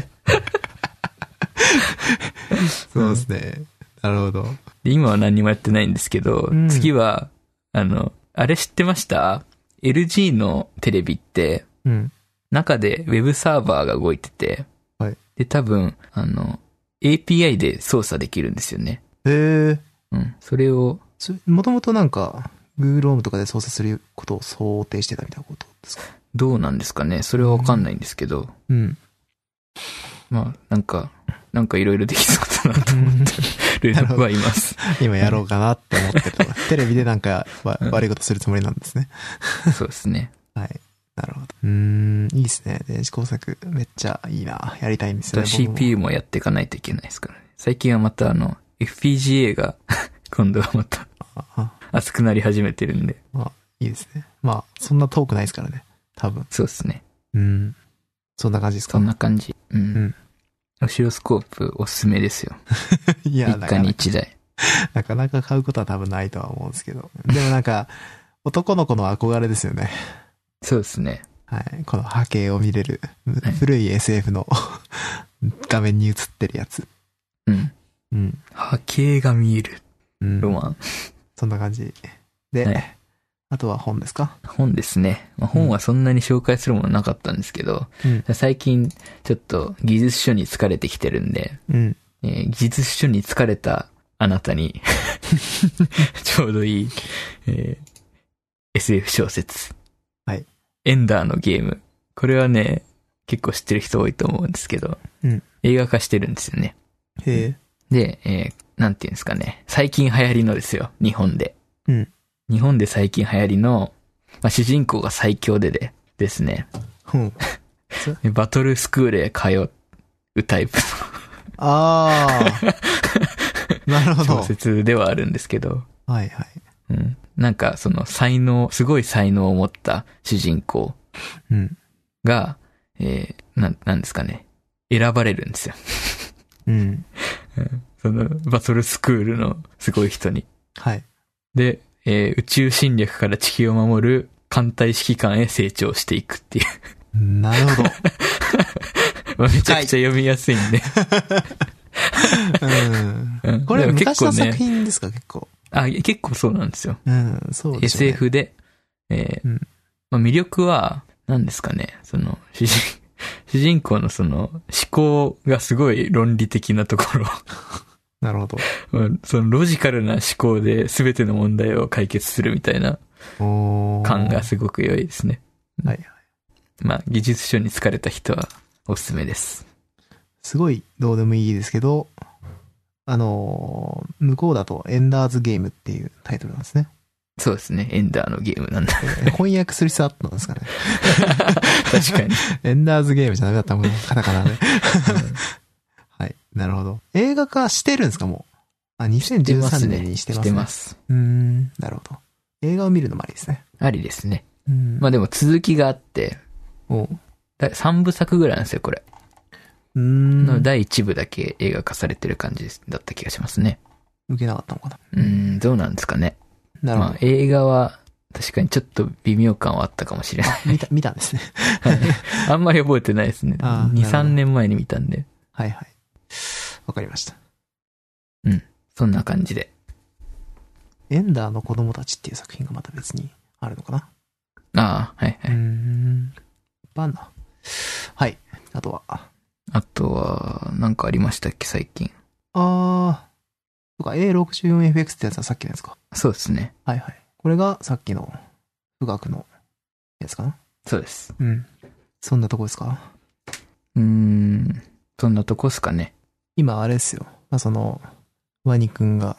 そうですね。なるほど。で今は何もやってないんですけど、うん次は、あの、あれ知ってました ?LG のテレビって、うん。中で Web サーバーが動いてて、はいで、多分、あの、API で操作できるんですよね。えー、うん。それを、それもともとなんか、Google Home とかで操作することを想定してたみたいなことですかどうなんですかねそれはわかんないんですけど、うん。まあ、なんか、なんかいろいろできそうだなと 思ってるなるほどはいます。今やろうかなって思ってる とこテレビでなんかわうん悪いことするつもりなんですね。そうです ね。はい。なるほど。うーん、いいですね。電子工作めっちゃいいな。やりたいんですよね。僕も CPU もやっていかないといけないですからね。最近はまたあの、FPGA が、 今度はまたあ熱くなり始めてるんで。いいですね。まあ、そんな遠くないですからね。多分。そうですね。うん。そんな感じですそかんな感じ。うん。うんオシロスコープおすすめですよ。 いや、一だか家らに一台。なかなか買うことは多分ないとは思うんですけど。でもなんか、男の子の憧れですよね。そうですね。はい。この波形を見れる、はい古い SF の 画面に映ってるやつ。うん。うん。波形が見える。うん。ロマン。そんな感じ。で、はいあとは本ですか本ですね。まあ、本はそんなに紹介するものなかったんですけど、うん。最近ちょっと技術書に疲れてきてるんで、うん。えー技術書に疲れたあなた に、ちょうどいい、えー SF 小説。はい。エンダーのゲーム。これはね、結構知ってる人多いと思うんですけど、うん映画化してるんですよね。へで、えーなんていうんですかね。最近流行りのですよ、日本で。うん日本で最近流行りの、まあ、主人公が最強でで、ですね。え。うん。でバトルスクールへ通うタイプあー。 なるほのど小。説ではあるんですけど、はいはい。うん。なんか、その、才能、すごい才能を持った主人公うん。が、えー、なん、なんですかね。選ばれるんですよ。うん。その、バトルスクールのすごい人に。はい。で、えー宇宙侵略から地球を守る艦隊指揮官へ成長していくっていう。なるほど。まあ、めちゃくちゃ読みやすいんで。うん。うんこれでも昔の結構作ね、品ですか結構。あ、結構そうなんですよ。うん、そうですね。。 SF で、えーうんまあ、魅力は、何ですかね、その、主人、 主人公のその、思考がすごい論理的なところ、 なるほど。まあそのロジカルな思考で全ての問題を解決するみたいなおー感がすごく良いですね。はいはい。まあ、技術書に疲れた人はおすすめです。すごいどうでもいいですけど、あのー向こうだとエンダーズゲームっていうタイトルなんですね。そうですね、エンダーのゲーム なんだ。翻訳する必要あったんですかね。確かに。 エンダーズゲームじゃダメだったもん、カタカナで。はい。なるほど。映画化してるんですか、もう。あ、てます2013ね年にして来ます、ね。てます。うーん、なるほど。映画を見るのもありですね。ありですね。うん。まあでも続きがあって、おう3部作ぐらいなんですよ、これ。うーのん。第1部だけ映画化されてる感じだった気がしますね。受けなかったのかうーん、どうなんですかね。な。なるほまあど。映画は確かにちょっと微妙感はあったかもし れない。見 た、見たんですね。あんまり覚えてないですね。あ2、ーなるほど3年前に見たんで。はいはい。わかりました。そんな感じで。エンダーの子供たちっていう作品がまた別にあるのかな。ああ、はいはうーい。ん。バンダ。はい。あとは。ああとは、なんかありましたっけ、最近。あー。とか A64FX ってやつはさっきのやつか。そうですね。はいはい。これがさっきの、富岳のやつかな。そうです。うん。そんなとこですかうーん、そんなとこっすかね。今あれですよ。まあ、その、ワニくんが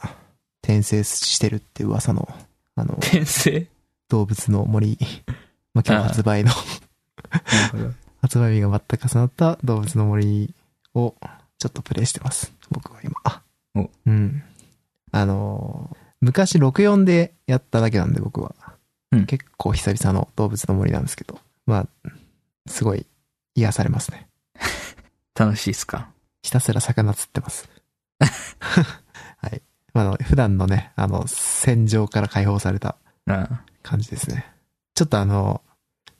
転生してるって噂の、あの、転生動物の森。 まあ、今日発売の、 なるほど。発売日が全く重なった動物の森をちょっとプレイしてます。僕は今。おうん。あのー昔64でやっただけなんで僕は。うん結構久々の動物の森なんですけど。まあ、すごい癒されますね。楽しいっすかひたすら魚釣ってます。 はい。まああの、普段のね、あの、戦場から解放されたあ感じですね。ちょっとあの、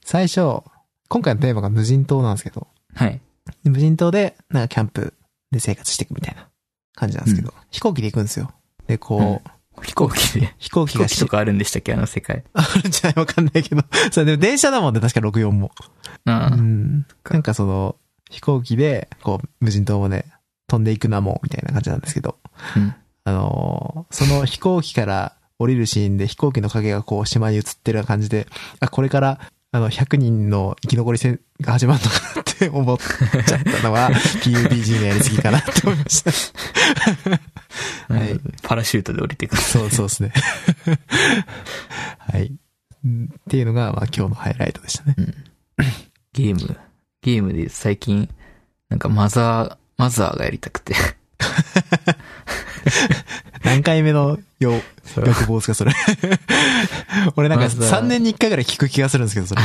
最初、今回のテーマが無人島なんですけど、あはい。無人島で、なんかキャンプで生活していくみたいな感じなんですけど、飛行機で行くんですよ。で、こう、うん飛行機で。飛行機飛が行機し と、かあるんでしたっけあの世界。あるんじゃないわかんないけど、 それでも電車だもんね、確か64も。ああ、うん。かなんかその、飛行機で、こう、無人島をね、飛んでいくなもん、みたいな感じなんですけど、うんあのーその飛行機から降りるシーンで飛行機の影がこう島に映ってるような感じで、あ、これから、あの、100人の生き残り戦が始まるのかなって思っちゃったの は、PUBG のやりすぎかなって思いました。はいパラシュートで降りてくる。そうそうですね。 はい。うんっていうのが、まあ今日のハイライトでしたね。ゲーム、ゲームで最近、なんかマザー、マザーがやりたくて。何回目のよ欲望ですか、それ。 俺なんかまずは3年に1回ぐらい聞く気がするんですけど、 それ。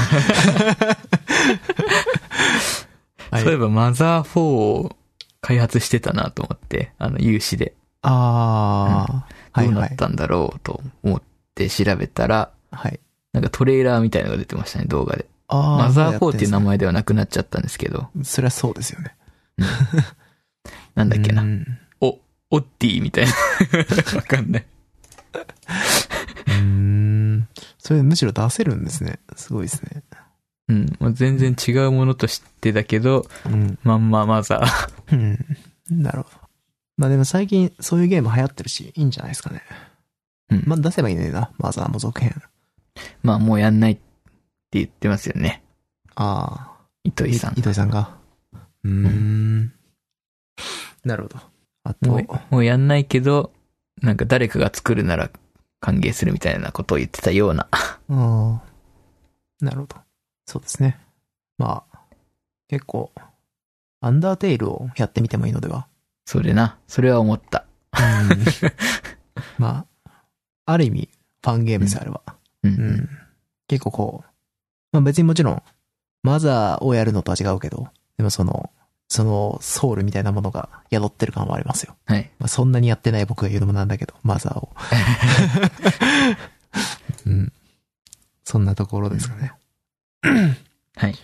はいそういえばマザー4を開発してたなと思って、あの、有志で。あああ、どうはなはいっい。たんだろうと思って調べたら、はい。なんかトレーラーみたいのが出てましたね、動画で。あマザー4っていう名前。前ではなくなっちゃったんですけど、それはそうですよね。なんだっけうな。んお、オッティみたいな。 わかんない。うーん。それむしろ出せるんですね。すごいですね。うん。まあ、全然違うものとしてたけど、うん。まんまマザー。うん。なるほど。まあでも最近そういうゲーム流行ってるし、いいんじゃないですかね。うんまあ出せばいいねんな。マザーも続編。まあもうやんないって言ってますよね。ああ。糸井さん。糸井さんが。うーん。なるほど。あと、もうもうやんないけど、なんか誰かが作るなら歓迎するみたいなことを言ってたような。 ああ。なるほど。そうですね。まあ、結構、アンダーテイルをやってみてもいいのでは。それな。それは思った。 まあ、ある意味、ファンゲームです、あれは。うん。うん。結構こう、まあ別にもちろん、マザーをやるのとは違うけど、でもその、そのソウルみたいなものが宿ってる感はありますよ。はい。まあそんなにやってない僕が言うのもなんだけど、マザー を。うん。そんなところですかね。はい。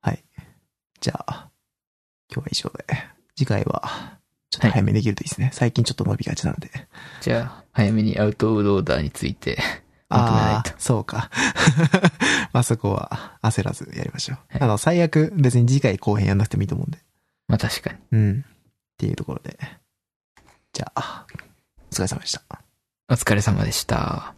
はい。じゃあ、今日は以上で。次回は、ちょっと早めにできるといいですね。最近ちょっと伸びがちなので。じゃあ、早めにアウトオブローダーについて。まとめないあとあ、そうか。 まあそこは焦らずやりましょう。はいあの、最悪別に次回後編やんなくてもいいと思うんで。まあ確かに。うん。っていうところで。じゃあ、お疲れ様でした。お疲れ様でした。